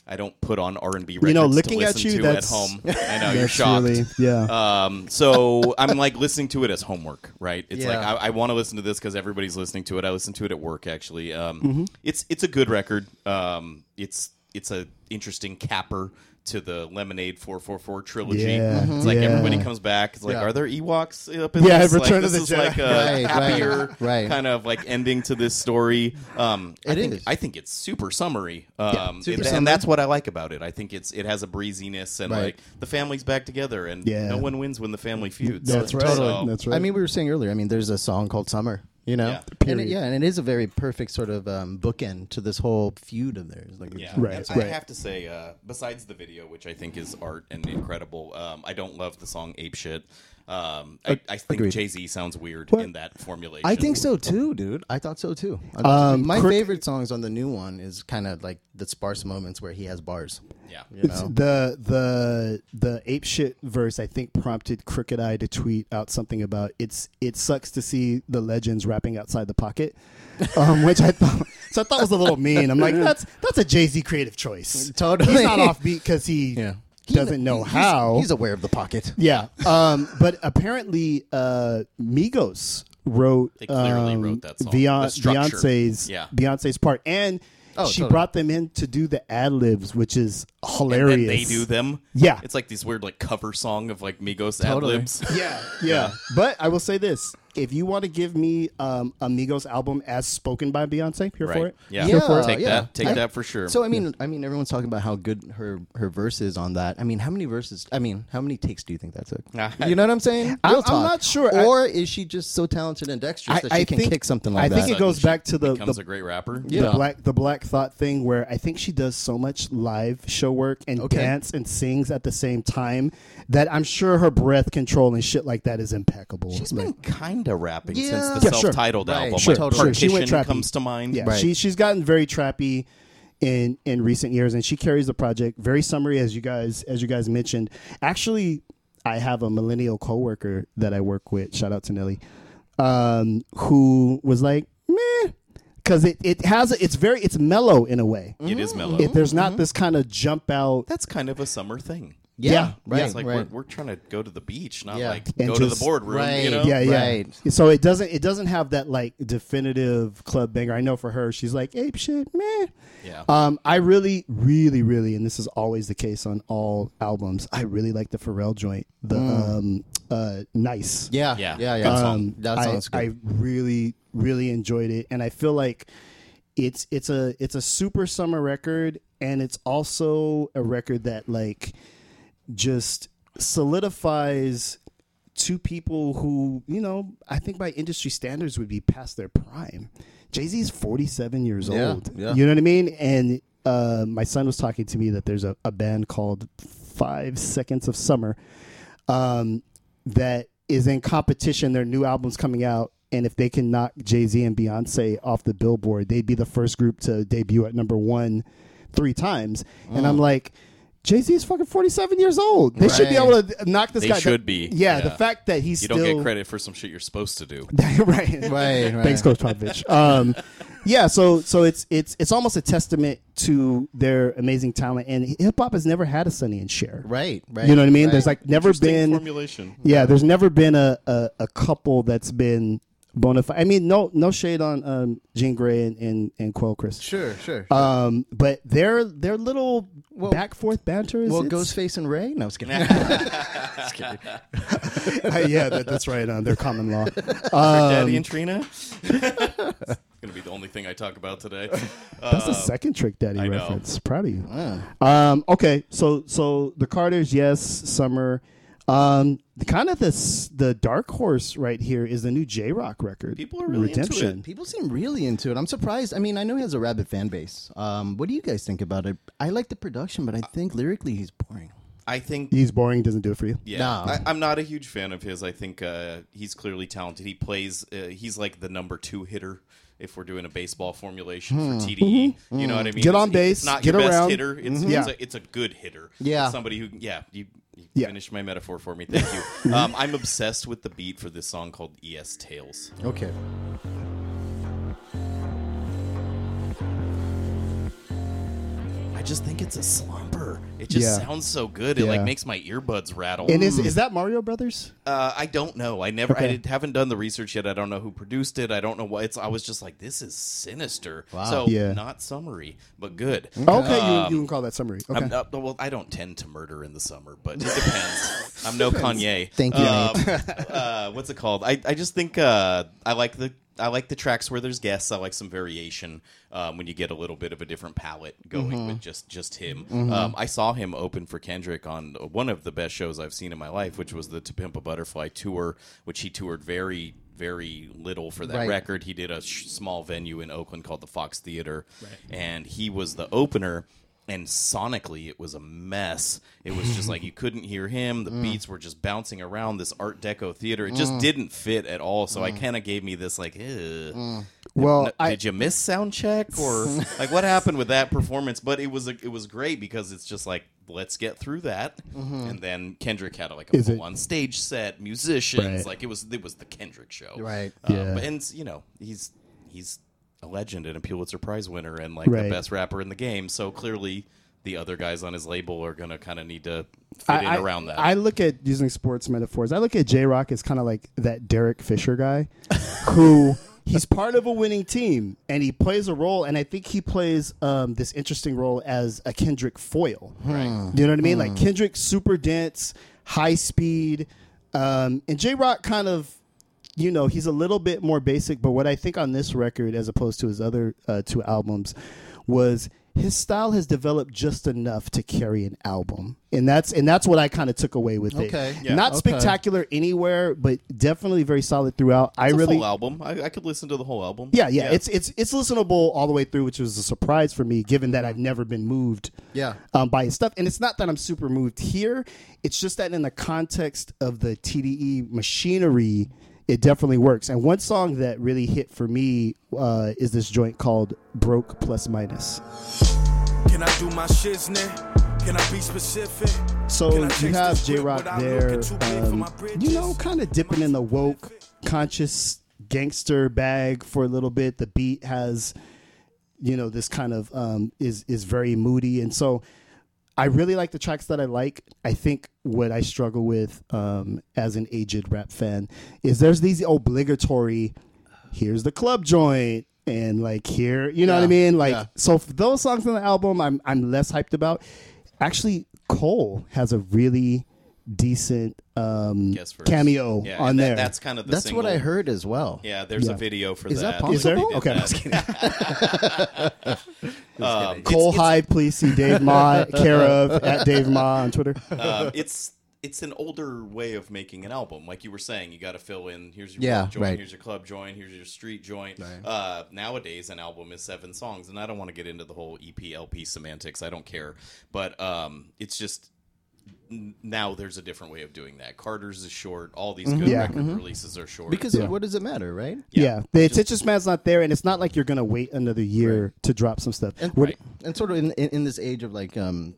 I don't put on R and B records
know,
to
looking at
listen
you,
to
that's-
at home. I know you're
that's
shocked.
really- yeah.
Um, so I'm like listening to it as homework, right? It's like
Yeah.
I, I want to listen to this because everybody's listening to it. I listen to it at work actually. Um,
Mm-hmm.
It's it's a good record. Um, it's it's a interesting capper to the Lemonade four four four trilogy.
Yeah. Mhm.
It's like
Yeah.
everybody comes back. It's like,
Mm-hmm. Yeah.
are there Ewoks up in
Yeah,
this?
Return
like,
of
this
the
is
Jedi.
like a
Right, right,
happier
right.
kind of like ending to this story. Um, I
It
think
is.
I think it's super summary. Um,
super
and-
summary.
and that's what I like about it. I think it's it has a breeziness and
Right.
like the family's back together and
Yeah.
no one wins when the family feuds.
That's right.
So- um,
That's right.
I mean, we were saying earlier. I mean, there's a song called "Summer." You know,
Yeah.
and it, yeah, and it is a very perfect sort of um, bookend to this whole feud of theirs. Like,
Yeah.
Right,
And I
right.
have to say, uh, besides the video, which I think is art and incredible, um, I don't love the song Ape Shit. Um, I, I think
agreed.
Jay Z sounds weird in that formulation.
I think so too, dude. I thought so too.
Um,
My
Crook-
favorite songs on the new one is kind of like the sparse moments where he has bars.
Yeah.
You
It's
know?
the the the ape shit verse I think prompted Crooked Eye to tweet out something about it's it sucks to see the legends rapping outside the pocket, um, which I thought so I thought was a little mean. I'm like that's that's a Jay Z creative choice.
Totally.
he's not offbeat because he
Yeah.
doesn't know how.
He's, aware of the pocket.
yeah, um, but apparently uh, Migos wrote
They clearly
um,
wrote that song.
Beyonce-
The structure.
Beyonce's
Yeah. Oh,
Beyonce's part, and she
totally.
brought them in to do the ad libs, which is hilarious.
And they do them.
Yeah.
It's like these weird like cover song of like Migos
Totally.
ad libs.
Yeah, yeah. But I will say this: if you want to give me um, Amigos album as spoken by Beyonce, here for
Right.
it.
Yeah.
Here for it.
Take
Yeah.
that. Take
I-
that for sure.
So I mean, I mean, everyone's talking about how good her her verse is on that. I mean, how many verses? I mean, how many takes do you think that took? you know what I'm saying?
I'm-
Real
I'm
talk.
not sure. I-
Or is she just so talented and dexterous that she can kick something like
I
that?
think it goes back to the
becomes
the,
a great rapper.
the
Yeah.
black the black thought thing where I think she does so much live show work and
Okay.
dance and sings at the same time that I'm sure her breath control and shit like that is impeccable.
She's
Like-
been kind of rapping
Yeah.
since the
Yeah, sure.
self-titled
Right.
album.
Sure,
Like,
sure.
She went
Partition
trappy.
comes to mind.
Yeah,
Right.
she she's gotten very trappy in in recent years, and she carries the project very summary as you guys as you guys mentioned. Actually, I have a millennial coworker that I work with. Shout out to Nelly, um, who was like, meh, because it it has a, it's very it's mellow in a way.
It is mellow.
It, there's
Mm-hmm.
not this kind of jump out.
That's kind of a summer thing.
Yeah,
Yeah.
right.
it's like
right.
We're, we're trying to go to the beach, not
Yeah.
like
And
go to the
just-
boardroom.
Right.
You know?
yeah, yeah.
Oh, Right.
So it doesn't it doesn't have that like definitive club banger. I know for her, she's like ape shit, meh.
Yeah.
Um, I really, really, really, and this is always the case on all albums. I really like the Pharrell joint, the um, uh, nice.
Mm. yeah, yeah,
Yeah.
yeah,
Good song.
Um,
That
I,
sounds good.
I really, really enjoyed it, and I feel like it's it's a it's a super summer record, and it's also a record that like just solidifies two people who you know I think by industry standards would be past their prime. Jay Z is forty seven years
Yeah,
old.
yeah.
You know what I mean? And uh, my son was talking to me that there's a, a band called Five Seconds of Summer um, that is in competition. Their new album's coming out, and if they can knock Jay Z and Beyonce off the Billboard, they'd be the first group to debut at number one three times. And
Mm.
I'm like, Jay Z is fucking 47 years old. They should be
Right.
able to knock this
They
guy. The-
should be.
Yeah, the
Yeah.
fact that he's
you
still
don't get credit for some shit you're supposed to do.
right,
Right, right.
Thanks, Coach Popovich. Um, yeah, so so it's it's it's almost a testament to their amazing talent, and hip hop has never had a Sonny and Cher.
right, right.
You know what I mean?
right.
There's like never
Interesting
been
formulation.
yeah, there's never been a, a, a couple that's been bona fide. I mean, no no shade on um, Jean Grey and and, and Quell Chris.
sure, sure.
Um, but their their little back forth banter is
well,
it's-
Ghostface and Ray. No, I was kidding. Just kidding.
yeah, that, that's right on their common law. um,
Daddy and Trina. it's gonna be the only thing I talk about today. Uh,
That's the second Trick Daddy
know.
reference. Proud of you. Um, okay, so so the Carters, yes, Summer. Um, the kind of this the dark horse right here is the new J Rock record.
People are really into it.
Redemption.
People seem really into it. I'm surprised. I mean, I know he has a rabid fan base. Um, what do you guys think about it? I like the production, but I think lyrically he's boring.
I think
He's boring. Doesn't do it for you.
Yeah,
Nah.
I, I'm not a huge fan of his. I think uh, he's clearly talented. He plays. Uh, he's like the number two hitter. If we're doing a baseball formulation for TDE, you know what I mean.
Hmm. Mm-hmm. Get on
It's- it's
base,
not
get
your best
around. Mm-hmm.
hitter. It's,
Yeah.
it's, a, it's a good hitter.
Yeah.
It's somebody who. Yeah, you, you
Yeah. Mm-hmm.
finished my metaphor for me. Thank you. um, I'm obsessed with the beat for this song called "Es Tales."
Oh.
Okay.
I just think it's a slumper. It just
Yeah.
sounds so good. It
Yeah.
like makes my earbuds rattle.
And is is that Mario Brothers?
Uh, I don't know. I never. I did, haven't done the research yet. I don't know who produced it. I don't know what it's. I was just like, this is sinister.
Wow.
So
Yeah.
not summary, but good.
Okay, you, you can call that summary. Okay.
Um, I'm, uh, well, I don't tend to murder in the summer, but it depends. I'm no Kanye.
Thank you,
Um, uh, what's it called? I, I just think uh, I like the. I like the tracks where there's guests. I like some variation um, when you get a little bit of a different palette going
Mm-hmm.
with just just him. Um, I saw him open for Kendrick on one of the best shows I've seen in my life, which was the To Pimp a Butterfly tour, which he toured very very little for that
Right.
record record, he did a sh- small venue in Oakland called the Fox Theater, and he was the opener. And sonically, it was a mess. It was just like you couldn't hear him. The beats were just bouncing around this Art Deco theater. It just didn't fit at all. So I kind of gave me this like, "Ugh."
Well,
No-
I,
did you miss sound check or like what happened with that performance? But it was a, it was great because it's just like let's get through that, and then Kendrick had like a
Mm-hmm. Is it-
full on stage set, musicians,
Right.
like it was it was the Kendrick show,
Right.
Uh,
Yeah.
But, and you know he's he's a legend and a Pulitzer Prize winner and like
Right.
the best rapper in the game, so clearly. The other guys on his label are gonna kind of need to fit in
I,
around that.
I look at using sports metaphors. I look at J Rock as kind of like that Derek Fisher guy who he's part of a winning team and he plays a role, and I think he plays um, this interesting role as a Kendrick foil. Right. You know what I mean?
Hmm.
Like Kendrick, super dense, high speed, um, and J Rock kind of. You know, he's a little bit more basic, but what I think on this record, as opposed to his other uh, two albums, was his style has developed just enough to carry an album, and that's and that's what I kind of took away with it.
Okay.
Yeah.
Not
Okay.
spectacular anywhere, but definitely very solid throughout. I
It's a
really
full album. I, I could listen to the whole album.
yeah, yeah, It's it's it's listenable all the way through, which was a surprise for me, given that I've never been moved
Yeah.
um, by his stuff. And it's not that I'm super moved here. It's just that in the context of the TDE machinery, it definitely works. And one song that really hit for me uh, is this joint called "Broke Plus Minus."
Can I do my shiznit? Can I be specific? Can
So
I
you
chase
have
this
J
whip
Rock
without
there,
looking too big for
um,
my
you know,
bridges?
kind of dipping in the woke, conscious gangster bag for a little bit. The beat has, you know, this kind of um, is is very moody, and so I really like the tracks that I like. I think what I struggle with um, as an aged rap fan is there's these obligatory, here's the club joint. And like here, you know what I
Yeah,
mean? Like
yeah.
so for those songs on the album I'm I'm less hyped about. Actually, Cole has a really decent um
Yes, for us.
cameo
Yeah,
on
and that-
there.
That's kind of the
That's
single.
what I heard as well.
Yeah, there's
Yeah.
a video for
Is that
that.
possible?
Is there?
They did
Okay, I'm
that.
just
Um, it's-
Cole
it's-
Hyde, please see Dave Ma, care of at Dave Ma on Twitter.
um, it's it's an older way of making an album. Like you were saying, you got to fill in. Here's your
Yeah,
club joint.
right.
Here's your club joint. Here's your street joint. Uh, nowadays, an album is seven songs, and I don't want to get into the whole E EP LP semantics. I don't care, but um, it's just n- now there's a different way of doing that. Carter's is short. All these
Mm-hmm.
good
Yeah.
record releases are short.
Because
Yeah.
what does it matter, right?
Yeah. The attention span's not there and it's not like you're gonna wait another year to drop some stuff.
And,
What-
and sort of in, in, in this age of like um,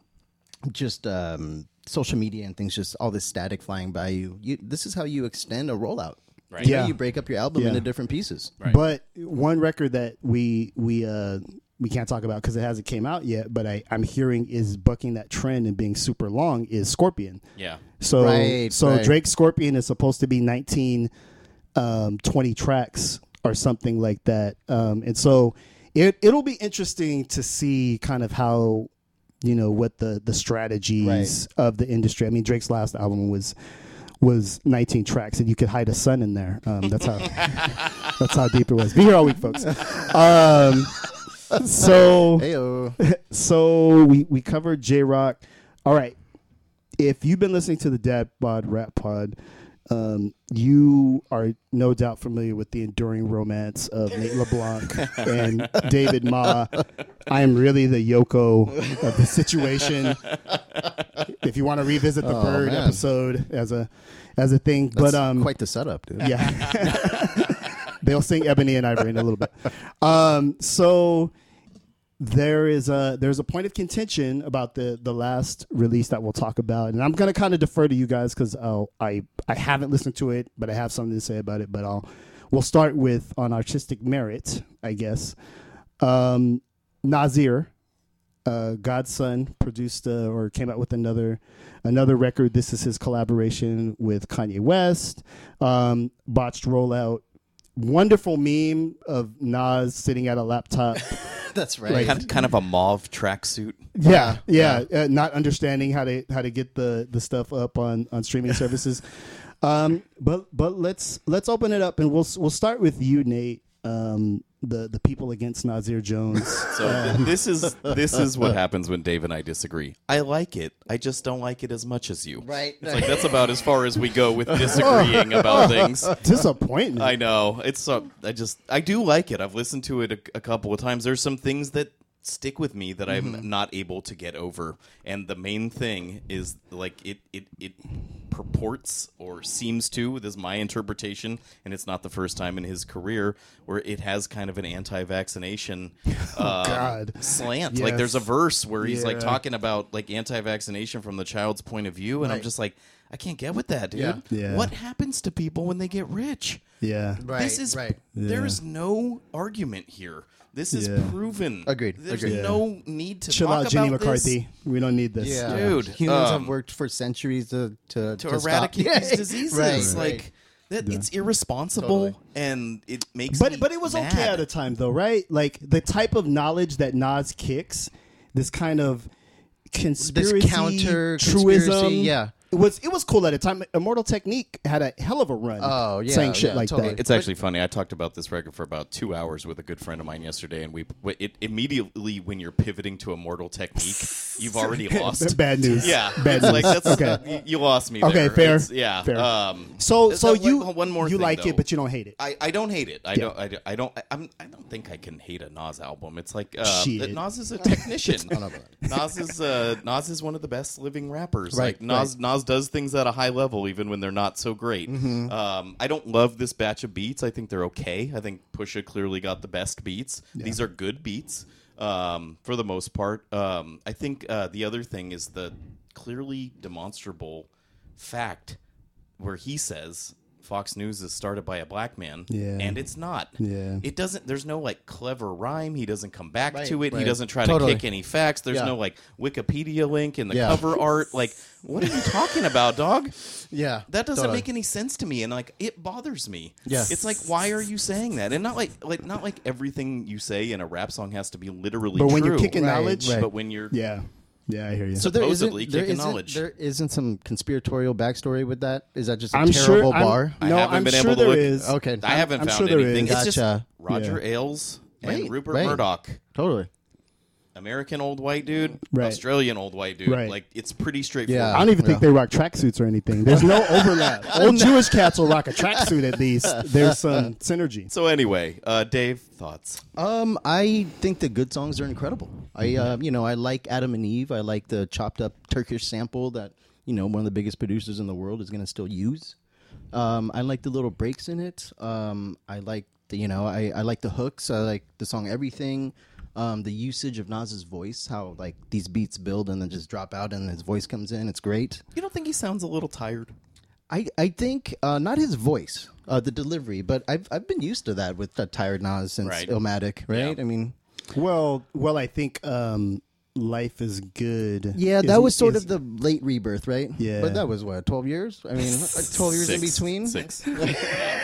just um, social media and things, just all this static flying by you, you this is how you extend a rollout.
Right.
You know,
Yeah.
You break up your album
Yeah.
into different pieces.
Right.
But one record that we we uh we can't talk about because it hasn't came out yet, but I, I'm hearing is bucking that trend and being super long is Scorpion.
yeah,
So
Right,
so
right.
Drake Scorpion is supposed to be 19, um, 20 tracks or something like that. Um, and so it it'll be interesting to see kind of how you know what the the strategies of the industry. I mean, Drake's last album was was 19 tracks, and you could hide a sun in there. Um, that's how that's how deep it was. Be here all week, folks. Um, so
Heyo.
so we we covered J Rock. All right. If you've been listening to the Dad Bod Rap Pod, um, you are no doubt familiar with the enduring romance of Nate LeBlanc and David Ma. I am really the Yoko of the situation. if you want to revisit the bird
Oh, man.
episode as a as a thing, but
That's
um,
quite the setup, dude.
yeah. They'll sing Ebony and Ivory in a little bit. Um, so there is a there's a point of contention about the the last release that we'll talk about, and I'm gonna kind of defer to you guys because I I haven't listened to it, but I have something to say about it. But I'll we'll start with on artistic merit, I guess. Um, Nazir, uh, Godson produced uh, or came out with another another record. This is his collaboration with Kanye West. Um, botched rollout. Wonderful meme of Nas sitting at a laptop.
That's right.
kind, kind of a mauve tracksuit.
yeah, yeah, Uh, not understanding how to how to get the the stuff up on on streaming services. Um, but but let's let's open it up and we'll we'll start with you, Nate. Um, the the people against Nazir Jones.
So th- this is this is what happens when Dave and I disagree. I like it. I just don't like it as much as you.
Right.
It's like that's about as far as we go with disagreeing about things.
Disappointment.
I know. It's uh, I just I do like it. I've listened to it a, a couple of times. There's some things that stick with me that I'm not able to get over. And the main thing is like it it it purports or seems to this is my interpretation and it's not the first time in his career where it has kind of an anti-vaccination uh,
God.
slant like
Yes.
there's a verse where he's like
Yeah.
talking about like anti-vaccination from the child's point of view and i'm just like i can't get with that dude
Yeah.
Yeah.
what happens to people when they get rich
yeah.
Right,
this is
right.
Yeah.
there is no argument here. This is
Yeah.
proven.
Agreed,
There's
agreed.
no need to
Chill
talk
out, Jenny
about
McCarthy. We don't need this.
Yeah.
Dude,
humans
um,
have worked for centuries to to,
this to
stop-
eradicate
Yeah,
these diseases.
right,
Like
right.
That, It's irresponsible and it makes. me
But but it was okay
mad.
at a time though, right? Like the type of knowledge that Nas kicks, this kind of conspiracy,
counter
truism,
conspiracy, yeah.
It was it was cool at a time. Immortal Technique had a hell of a run.
Oh, yeah,
saying shit
yeah,
like
totally.
that.
It's actually funny. I talked about this record for about two hours with a good friend of mine yesterday, and we it immediately when you're pivoting to a mortal technique, you've already lost.
Bad news.
Yeah,
bad
it's
news.
like that's
okay.
you- you lost me.
Okay,
there.
fair,
It's- yeah.
fair.
Um,
So
th-
so
th-
you
one more
you
thing,
like
though.
it, but you don't hate it.
I, I don't hate it. I don't. I, don't- I don't. I, I'm. I don't think I can hate a Nas album. It's like uh,
Shit.
Nas is a technician. Nas is uh, Nas is one of the best living rappers.
Right,
Like Nas Nas does things at a high level, even when they're not so great.
Mm-hmm.
Um, I don't love this batch of beats. I think they're okay. I think Pusha clearly got the best beats. These are good beats um, for the most part. Um, I think uh, the other thing is the clearly demonstrable fact where he says Fox News is started by a black man,
Yeah.
and it's not.
Yeah.
It doesn't. There's no like clever rhyme. He doesn't come back to it. He
right.
doesn't try
Totally.
to kick any facts. There's
Yeah.
no like Wikipedia link in the
Yeah.
cover art. Like, what are you talking about, dog?
Yeah,
That doesn't
totally.
make any sense to me, and like it bothers me.
Yeah.
it's like why are you saying that? And not like like not like everything you say in a rap song has to be literally.
but when
true.
you're kicking
Right,
knowledge,
right.
but when you're
yeah, yeah, I hear you.
So there
supposedly
isn't, there
kicking
isn't-
knowledge.
there isn't some conspiratorial backstory with that. Is that just a
I'm sure.
terrible
I'm-
bar?
I
no,
haven't
I'm
been
sure
able to
there
look-
is.
Okay.
I haven't
I'm
found
sure there
anything.
is.
It's just
Gotcha.
Roger
Yeah.
Ailes and
Right,
Rupert
right.
Murdoch.
totally.
American old white dude,
Right.
Australian old white dude.
Right.
Like it's pretty straightforward.
I don't even think they rock tracksuits or anything. There's no overlap. Old Jewish cats will rock a tracksuit at least. There's some synergy.
So anyway, uh, Dave, thoughts?
Um, I think the good songs are incredible. I,
Mm-hmm.
uh, you know, I like Adam and Eve. I like the chopped up Turkish sample that you know one of the biggest producers in the world is going to still use. Um, I like the little breaks in it. Um, I like the, you know, I, I like the hooks. I like the song Everything. Um, the usage of Nas's voice, how like these beats build and then just drop out and his voice comes in. It's great.
You don't think he sounds a little tired?
I, I think uh, not his voice, uh, the delivery, but I've I've been used to that with uh, tired Nas since
Right.
Illmatic, right?
Yeah.
I mean,
Well, well, I think um, life is good.
yeah,
is-
that was sort
is-
of the late rebirth, right?
Yeah.
but that was what twelve years. I mean, like twelve years in
Six.
between.
Six. Yeah,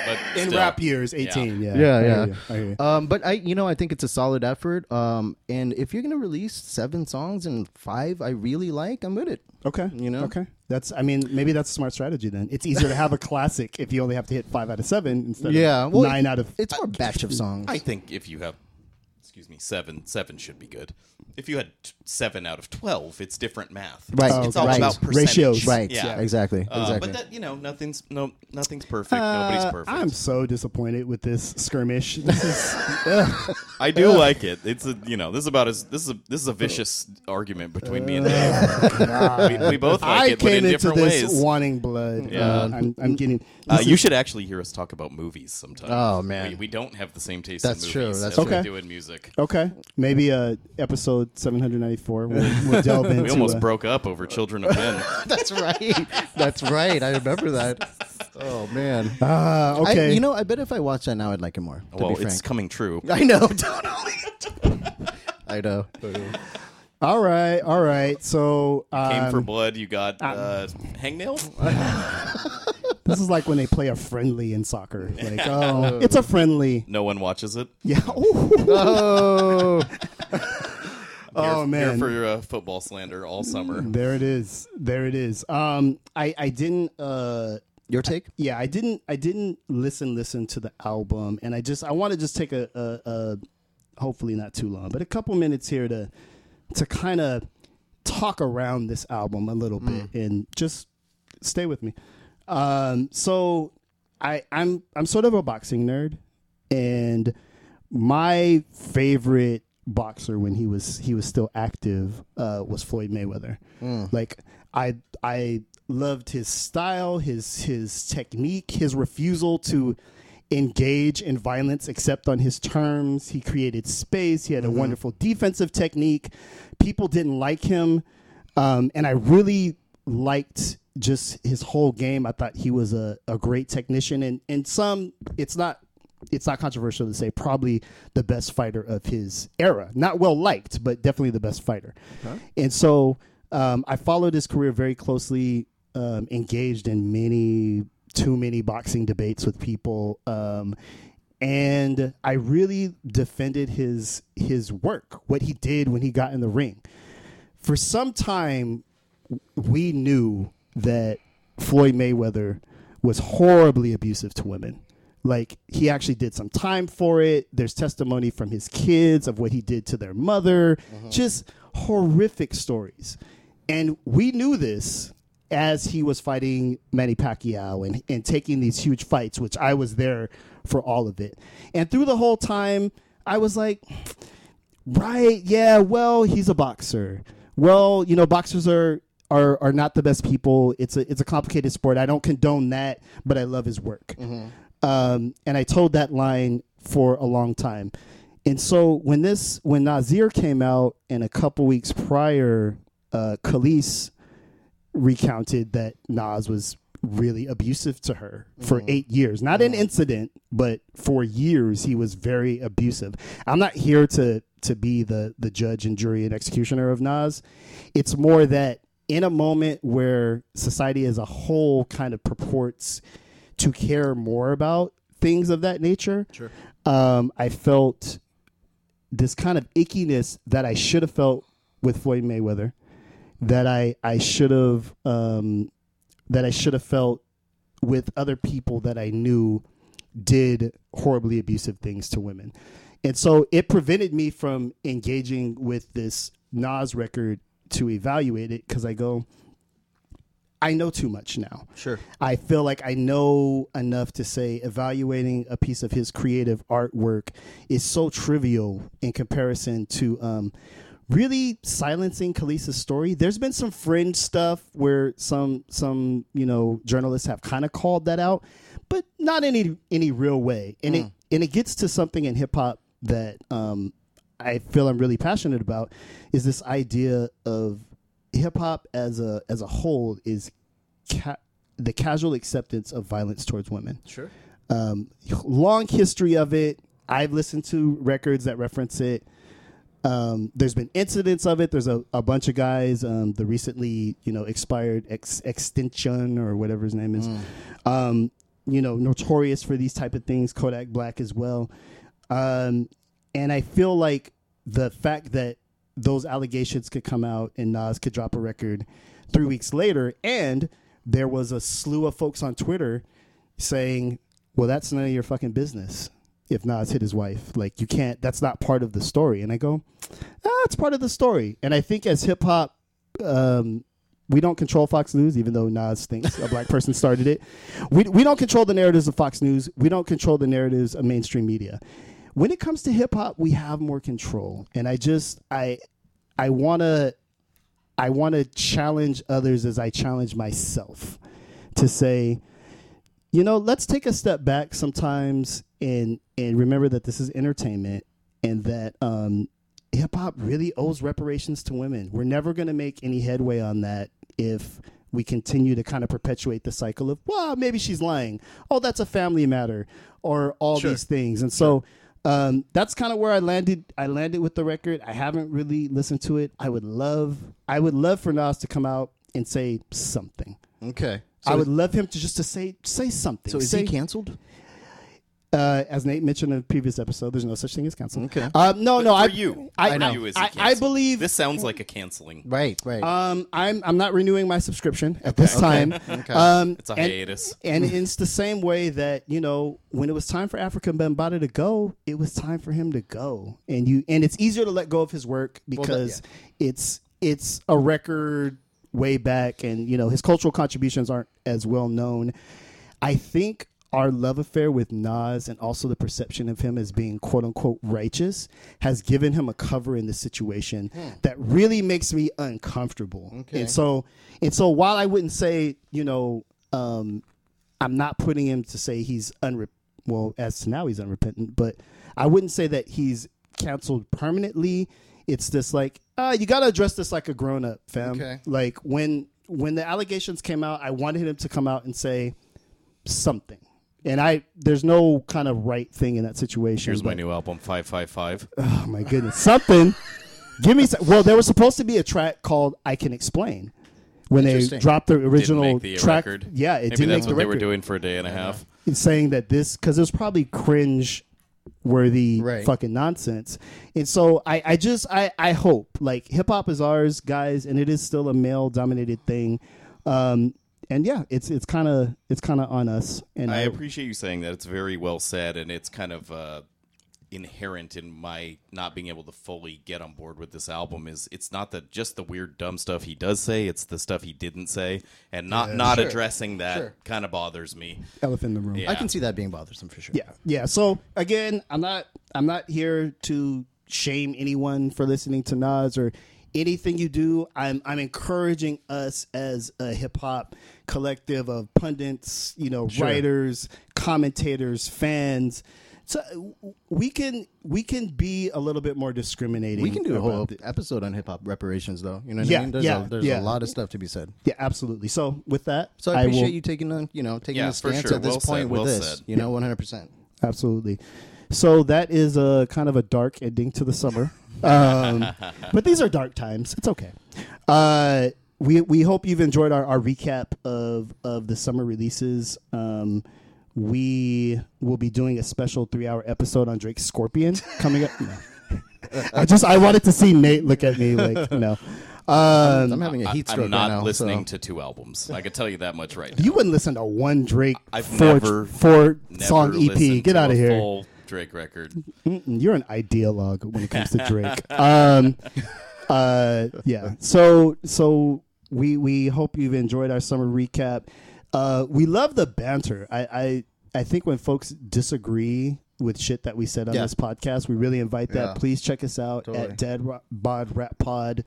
but
in
still.
rap years, eighteen. Yeah, Uh,
Yeah,
I hear
yeah.
you. I hear you.
Um, but I, you know, I think it's a solid effort. Um, and if you're gonna release seven songs and five I really like, I'm with it.
okay,
you know?
okay. That's. I mean, maybe that's a smart strategy. Then it's easier to have a classic if you only have to hit five out of seven instead
Yeah,
of
well,
nine out of.
It's more batch of songs.
I think if you have, excuse me, seven, seven should be good. If you had t- seven out of twelve, it's different math. It's-
Right,
It's, all
right.
about percentage.
Oh, Ratios.
right?
Yeah.
exactly,
Uh,
exactly.
But that you know, nothing's no, nothing's perfect.
Uh,
Nobody's perfect.
I'm so disappointed with this skirmish. This is
I do
Uh,
like it. It's a you know this is about as this is a this is a vicious argument between me and Dave. we, we both like
Uh, I
it, but
came
in
into
different
this
ways.
wanting blood.
Yeah.
Uh, I'm, I'm getting.
Uh,
this
you
is-
should actually hear us talk about movies sometime.
Oh, man.
we, we don't have the same taste.
That's
in
true,
movies
that's
as
true.
we do in music.
Okay, maybe uh, episode 794. We'll, we'll delve into.
We almost
uh,
broke up over Children of Men.
That's right. That's right. I remember that. Oh man.
Ah,
I-
okay.
you know, I bet if I watched that now, I'd like it more. To
well,
be frank.
it's coming true.
I know. Totally. I know.
all right, all right. So
Came
um,
for blood. You got uh, hangnail.
this is like when they play a friendly in soccer. Like, oh, it's a friendly.
No one watches it.
Yeah. Ooh.
Oh,
Oh,
here,
man. Mm.
here for uh, football slander all summer.
There it is. There it is. Um, I I didn't uh.
your take?
yeah i didn't i didn't listen listen to the album and i just i want to just take a, a, a hopefully not too long but a couple minutes here to to kind of talk around this album a little bit and just stay with me um so i i'm i'm sort of a boxing nerd and my favorite boxer when he was he was still active uh, was Floyd Mayweather. Like I I loved his style, his his technique, his refusal to engage in violence except on his terms. He created space. He had a wonderful defensive technique. People didn't like him, um, and I really liked just his whole game. I thought he was a, a great technician, and and some it's not it's not controversial to say probably the best fighter of his era. Not well liked, but definitely the best fighter. And so um, I followed his career very closely, um, engaged in many too many boxing debates with people. Um, and I really defended his his work, what he did when he got in the ring. For some time, we knew that Floyd Mayweather was horribly abusive to women. Like he actually did some time for it. There's testimony from his kids of what he did to their mother. Just horrific stories. And we knew this as he was fighting Manny Pacquiao and, and taking these huge fights, which I was there for all of it. And through the whole time, I was like, right yeah well he's a boxer well you know boxers are are, are not the best people it's a it's a complicated sport i don't condone that but i love his work um, and i told that line for a long time and so when this when nazir came out and a couple weeks prior uh, khalees recounted that Nas was really abusive to her for eight years. Not an incident, but for years he was very abusive. I'm not here to to be the the judge and jury and executioner of Nas. It's more that in a moment where society as a whole kind of purports to care more about things of that nature, sure. um, I felt this kind of ickiness that I should have felt with Floyd Mayweather, that I I should have um, that I should have felt with other people that I knew did horribly abusive things to women, and so it prevented me from engaging with this Nas record to evaluate it because I go. I know too much now.
Sure.
I feel like I know enough to say evaluating a piece of his creative artwork is so trivial in comparison to um, really silencing Khalees's story. There's been some fringe stuff where some some you know journalists have kind of called that out, but not in any any real way. And it and it gets to something in hip hop that um, I feel I'm really passionate about is this idea of hip hop as a as a whole is ca- the casual acceptance of violence towards women. Sure. Um, long history of it. I've listened to records that reference it. Um, there's been incidents of it. There's a, a bunch of guys. Um, the recently, you know, expired ex- extinction or whatever his name is. Um, you know, notorious for these type of things. Kodak Black as well. Um, and I feel like the fact that those allegations could come out and Nas could drop a record three weeks later, and there was a slew of folks on Twitter saying, "Well, that's none of your fucking business." If Nas hit his wife, like you can't. That's not part of the story. And I go, ah, it's part of the story. And I think as hip hop, um, we don't control Fox News, even though Nas thinks a black person started it. We, we don't control the narratives of Fox News. We don't control the narratives of mainstream media. When it comes to hip hop, we have more control. And I just I I wanna I wanna challenge others as I challenge myself to say, you know, let's take a step back sometimes and and remember that this is entertainment and that um, hip hop really owes reparations to women. We're never going to make any headway on that if we continue to kind of perpetuate the cycle of well, maybe she's lying. Oh, that's a family matter, or all these things. And so. Um, that's kind of where I landed. I landed with the record. I haven't really listened to it. I would love, I would love for Nas to come out and say something.
Okay.
I would love him to just to say say something.
So is
say,
he canceled?
uh, as Nate mentioned in a previous episode, there's no such thing as cancel.
Okay.
Um, no, no,
for
I
you,
I,
For
know.
you, is he
I, I
canceled?
believe
this sounds like a canceling.
Right. Right.
um, I'm I'm not renewing my subscription at this time.
Okay.
Um,
It's a
and-
hiatus.
and it's the same way that you know when it was time for Africa Bambaataa to go, it was time for him to go, and you and it's easier to let go of his work
that-
because it's it's a record way back, and you know his cultural contributions aren't as well known. I think our love affair with Nas and also the perception of him as being quote unquote righteous has given him a cover in this situation that really makes me uncomfortable. And so and so while I wouldn't say, you know, um, I'm not putting him to say he's unre well, as to now he's unrepentant, but I wouldn't say that he's canceled permanently. It's this like, uh, you gotta address this like a grown up, fam.
Okay.
Like when when the allegations came out, I wanted him to come out and say, something. And I, there's no kind of right thing in that situation.
Here's my
but-
new album, Five Five Five.
Oh my goodness, something. Give me. Some, well, there was supposed to be a track called "I Can Explain," when they
Interesting.
dropped the original
didn't make the
track.
record.
Yeah, it
Maybe
didn't
that's
make the
what they were
record.
doing for a day and a half.
It's saying that this because it was probably cringe worthy
Right.
fucking nonsense. And so I, I just I, I hope like hip hop is ours, guys, and it is still a male dominated thing. Um and yeah, it's it's kind of it's kind of on us. And I,
I appreciate you saying that. It's very well said, and it's kind of uh, inherent in my not being able to fully get on board with this album. Is it's not the just the weird dumb stuff he does say; it's the stuff he didn't say, and not not addressing that
Sure.
kind of bothers me.
elephant in the room.
Yeah.
I can see that being bothersome for sure.
Yeah, yeah. So again, I'm not I'm not here to shame anyone for listening to Nas or anything you do. I'm I'm encouraging us as a hip hop collective of pundits, you know, writers, commentators, fans. So w- we can we can be a little bit more discriminating.
We can do a
about
whole
thi-
episode on hip hop reparations, though. You know what
Yeah,
I mean? There's,
yeah,
a, there's
yeah.
a lot of stuff to be said.
Yeah, absolutely. So with that,
So I appreciate
will-
you taking on, you know, taking
Yeah,
a
for
stance
sure.
at this
Well
point
said,
with
well
this.
said.
You know, 100. percent
Absolutely. So that is a kind of a dark ending to the summer, um, but these are dark times. It's okay. Uh, we we hope you've enjoyed our, our recap of of the summer releases. Um, we will be doing a special three hour episode on Drake's Scorpion coming up. No. I just I wanted to see Nate look at me like no. Um,
I'm having a
I,
heat stroke
I'm not
right now.
listening
so.
to two albums. I can tell you that much right now.
you wouldn't listen to one Drake
I've
four
never-
four
Never
song EP.
listened
Get
to
out
a
of here.
Full Drake record.
Mm, You're an ideologue when it comes to Drake. um, uh, yeah. So so we we hope you've enjoyed our summer recap. Uh, we love the banter. I I, I think when folks disagree with shit that we said on
Yeah.
this podcast, we really invite that.
Yeah.
Please check us out
Totally.
at Dead Ro- Bod Rap Pod.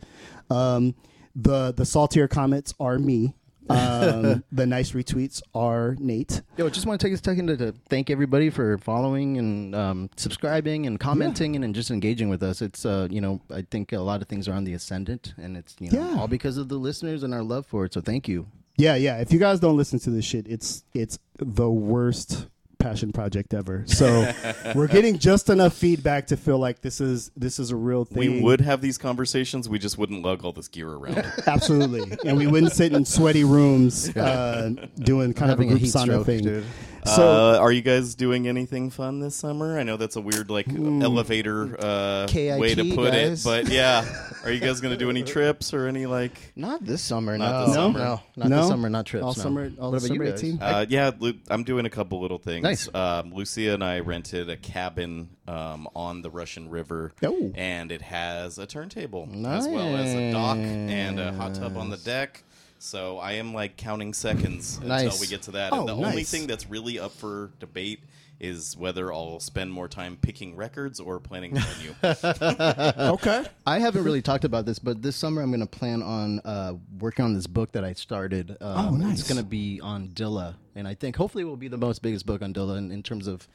Um, the the saltier comments are me. Um, the nice retweets are Nate.
Yo, just want to take a second to, to thank everybody for following and um, subscribing and commenting and, and just engaging with us. It's uh, you know, I think a lot of things are on the ascendant, and it's you know
Yeah.
all because of the listeners and our love for it. So thank you.
Yeah, yeah. If you guys don't listen to this shit, it's it's the worst passion project ever. So we're getting just enough feedback to feel like this is this is a real thing.
We would have these conversations. We just wouldn't lug all this gear around.
absolutely, and we wouldn't sit in sweaty rooms uh, doing kind of a
having a
group
heat
sauna
stroke,
thing.
dude.
So
uh, are you guys doing anything fun this summer? I know that's a weird like elevator uh,
KIT,
way to put
guys.
it, but yeah, are you guys gonna do any trips or any like?
Not this summer.
Not
no.
this
no,
summer.
no, not
No?
this summer. Not trips.
All
no.
summer, all
What about
summer
you guys?
eighteen.
Uh, yeah, Lu- I'm doing a couple little things.
Nice.
Um, Lucia and I rented a cabin um, on the Russian River,
Oh.
and it has a turntable as well as a dock and a hot tub on the deck. So I am like counting seconds until
Nice.
we get to that.
Oh,
and the only
nice.
thing that's really up for debate is whether I'll spend more time picking records or planning the menu. Uh,
okay.
I haven't really talked about this, but this summer I'm going to plan on uh, working on this book that I started. Um,
Oh, nice.
It's going to be on Dilla, and I think hopefully it will be the most biggest book on Dilla in, in terms of,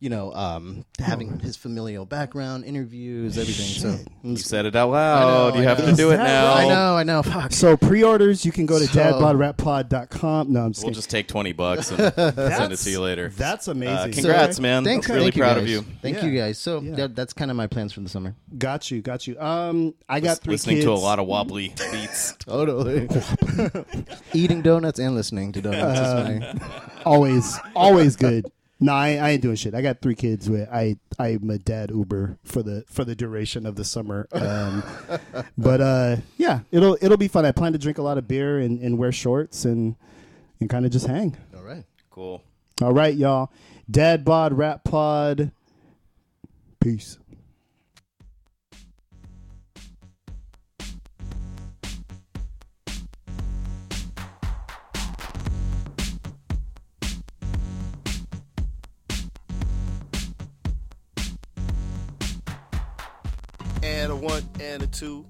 you know, um, having his familial background, interviews, everything. So I'm
you
just-
said it out loud.
I
you have
know.
to do it
Is that
now.
right?
I know, I know. Fuck.
So pre-orders, you can go to
So-
dadbodrappod.com. No, I'm just
We'll
kidding.
just take twenty bucks and send it to you later.
That's
Uh,
amazing.
congrats,
So-
man.
Thanks,
really
thank you
proud of
guys.
you.
Thank
Yeah.
you guys. So
Yeah.
that, that's kind of my plans for the summer.
Got you, got you. Um, I got three
listening
kids.
to a lot of wobbly beats.
Totally. Eating donuts and listening to donuts.
Uh,
is my-
always always good no I, I ain't doing shit i got three kids with i i'm a dad uber for the for the duration of the summer um but uh yeah it'll it'll be fun i plan to drink a lot of beer and, and wear shorts and and kind of just hang
All right.
Cool.
all right y'all dad bod rap pod peace
and a one and a two.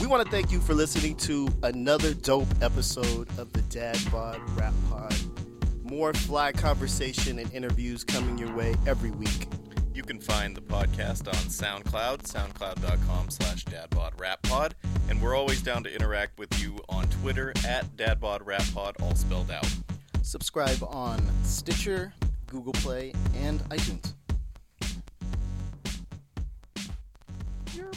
We want to thank you for listening to another dope episode of the Dad Bod Rap Pod. More fly conversation and interviews coming your way every week.
You can find the podcast on SoundCloud, soundcloud.com slash dadbodrappod, and we're always down to interact with you on Twitter at dadbodrappod, all spelled out.
Subscribe on Stitcher, Google Play, and iTunes.
You're